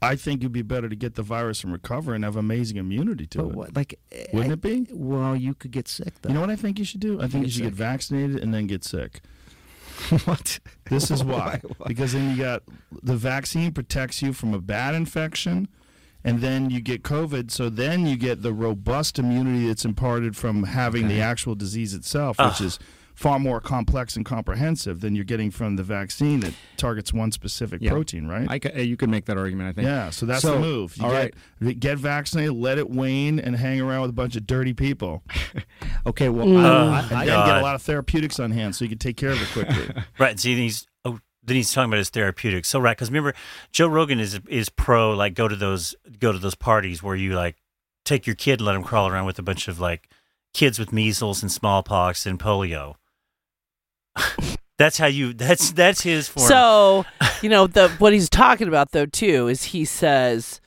I think it'd be better to get the virus and recover and have amazing immunity to
But
it.
what, like, eh,
Wouldn't
I-
it be?
Well, you could get sick though.
You know what I think you should do? I think you
get
should
sick.
get vaccinated and then get sick.
what?
This is why. Because then you got the vaccine protects you from a bad infection, and then you get COVID. So then you get the robust immunity that's imparted from having the actual disease itself, which is far more complex and comprehensive than you're getting from the vaccine that targets one specific
Yeah.
protein, right?
I ca- eh, you could make that argument. I think.
yeah, so that's the move. You
all
get,
right.
get vaccinated, let it wane, and hang around with a bunch of dirty people.
Okay. Well,
Uh,
And
Oh, I, I,
then get a lot of therapeutics on hand so you can take care of it quickly.
Right. See, then he's oh, then he's talking about his therapeutics. So right, because remember, Joe Rogan is is pro like go to those go to those parties where you like take your kid and let him crawl around with a bunch of like kids with measles and smallpox and polio. that's how you. That's that's his form.
So, you know, the what he's talking about though too is he says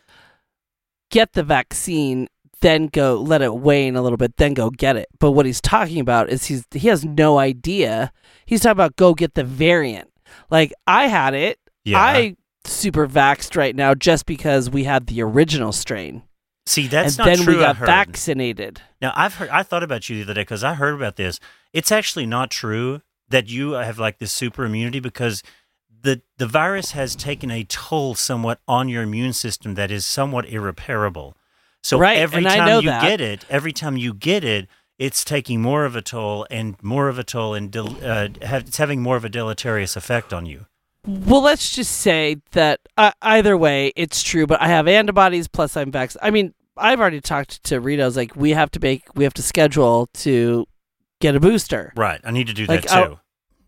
get the vaccine, then go let it wane a little bit, then go get it. But what he's talking about is he's he has no idea. He's talking about go get the variant. Like I had it.
Yeah.
I super vaxxed right now just because we had the original strain.
see, that's
and
not
then
true.
we
I
got
heard.
vaccinated.
Now I've heard I thought about you the other day because I heard about this. It's actually not true that you uh, have like this super immunity because the the virus has taken a toll somewhat on your immune system that is somewhat irreparable. So
Right,
every
and I
time
know
you
that.
get it, every time you get it, it's taking more of a toll and more of a toll and del- uh, have, it's having more of a deleterious effect on you.
Well, let's just say that uh, either way, it's true. But I have antibodies, plus I'm vax. I mean, I've already talked to Rita. I was like, we have to make, we have to schedule to get a booster.
Right. I need to do
Like,
that
I-
too.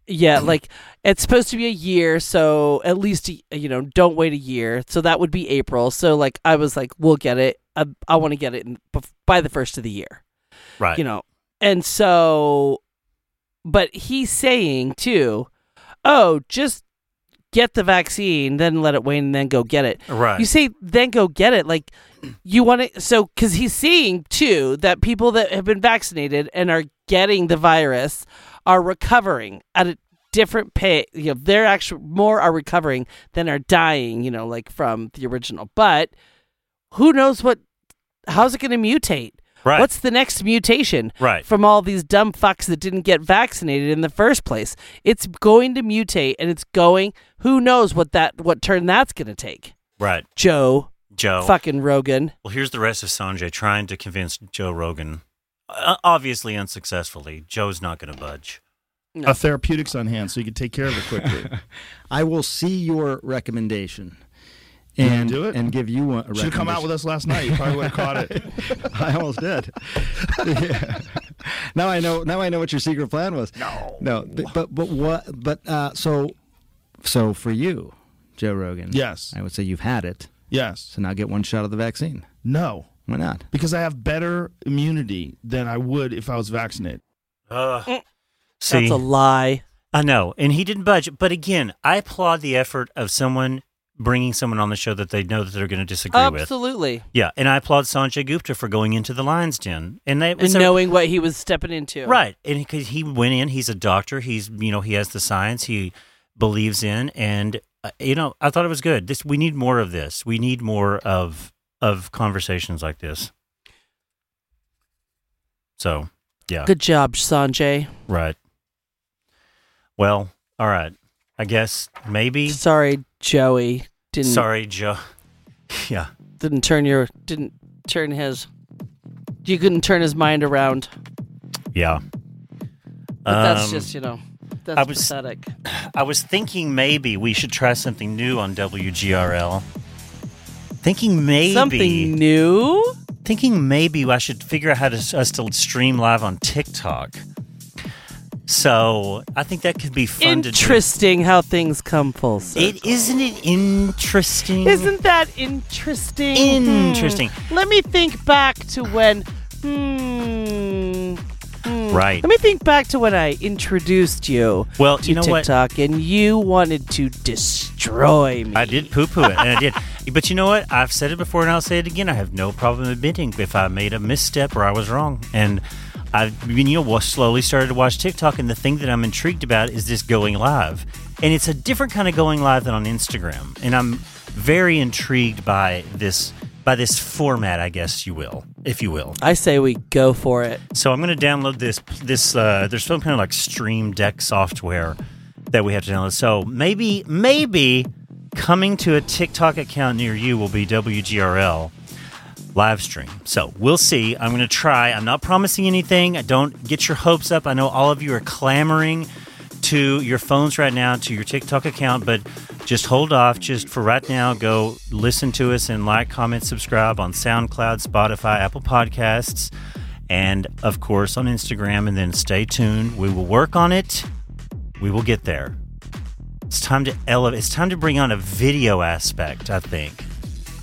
Yeah, like it's supposed to be a year, so at least a- you know, don't wait a year. So that would be April. So like, I was like, we'll get it. I, I want to get it in, bef- by the first of the year
right.
you know and so but he's saying too oh just get the vaccine then let it wane and then go get it
Right.
you say then go get it like you want to so because he's seeing too that people that have been vaccinated and are getting the virus are recovering at a different pace you know they're actually more are recovering than are dying you know like from the original but who knows what how's it going to mutate
Right.
What's the next mutation
Right.
from all these dumb fucks that didn't get vaccinated in the first place? It's going to mutate and it's going who knows what that what turn that's going to take.
Right.
Joe
Joe.
fucking Rogan.
Well, here's the rest of Sanjay trying to convince Joe Rogan, uh, obviously unsuccessfully. Joe's not going to budge.
A therapeutics on hand, so you can take care of it quickly.
I will see your recommendation and
do it?
and give you one. a
Should have come out with us last night. You probably would have caught it.
I almost did. Yeah. Now I know. Now I know what your secret plan was. No. No. th- But but what? But uh, so so for you, Joe Rogan.
Yes.
I would say you've had it.
Yes.
So now get one shot of the vaccine.
No,
Why not?
because I have better immunity than I would if I was vaccinated.
Uh, see,
That's a lie.
I know. And he didn't budge. But again, I applaud the effort of someone bringing someone on the show that they know that they're going to disagree with.
Absolutely.
Yeah. And I applaud Sanjay Gupta for going into the lion's den. And that
And
was a-
knowing what he was stepping into.
Right. And because he went in, he's a doctor. He's, you know, he has the science he believes in. And, uh, you know, I thought it was good. This, we need more of this. We need more of, of conversations like this. So, yeah.
Good job, Sanjay.
Right. Well, all right. I guess maybe.
Sorry, Joey. Didn't
Sorry, Joe. Yeah.
didn't turn your didn't turn his you couldn't turn his mind around.
Yeah.
But that's
Um,
just, you know,
I
that's
was-
pathetic.
I was thinking maybe we should try something new on WGRL. Thinking maybe
Something new?
thinking maybe I should figure out how to us to stream live on TikTok. So I think that could be fun
Interesting how things come full
to do.
circle.
It isn't it interesting?
Isn't that interesting?
Interesting.
Hmm. Let me think back to when. Hmm. hmm.
Right.
Let me think back to when I introduced you.
Well,
to
you know what?
TikTok, and you wanted to destroy me.
I did poo poo it, and I did. But you know what? I've said it before, and I'll say it again. I have no problem admitting if I made a misstep or I was wrong. And I've been, you know, wa- slowly started to watch TikTok, and the thing that I'm intrigued about is this going live, and it's a different kind of going live than on Instagram. And I'm very intrigued by this by this format, I guess you will, if you will.
I say we go for it.
So I'm going to download this. This uh, there's some kind of like Stream Deck software that we have to download. So maybe maybe coming to a TikTok account near you will be WGRL live stream. So we'll see. I'm going to try. I'm not promising anything. I don't get your hopes up. I know all of you are clamoring to your phones right now to your TikTok account, but just hold off. Just for right now, go listen to us and like, comment, subscribe on SoundCloud, Spotify, Apple Podcasts, and of course on Instagram. And then stay tuned. We will work on it. We will get there. It's time to elevate. It's time to bring on a video aspect, I think,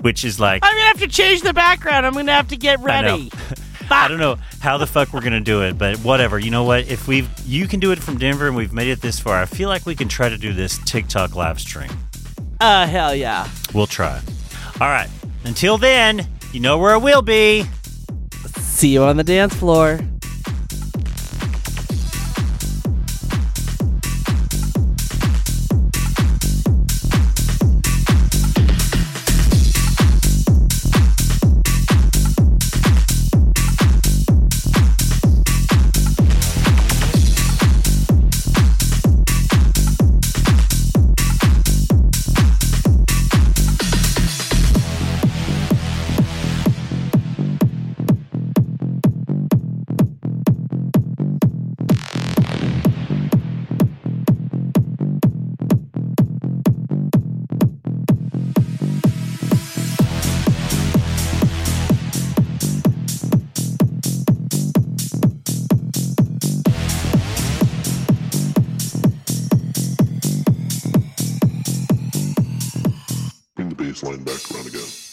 which is like
I'm gonna have to change the background. I'm gonna have to get
I know.
ready.
I don't know how the fuck we're gonna do it, but whatever. You know what? If we've you can do it from Denver and we've made it this far, I feel like we can try to do this TikTok live stream.
Uh, hell yeah.
We'll try. All right. Until then, you know where I will be.
See you on the dance floor.
Bring the bass line back around again.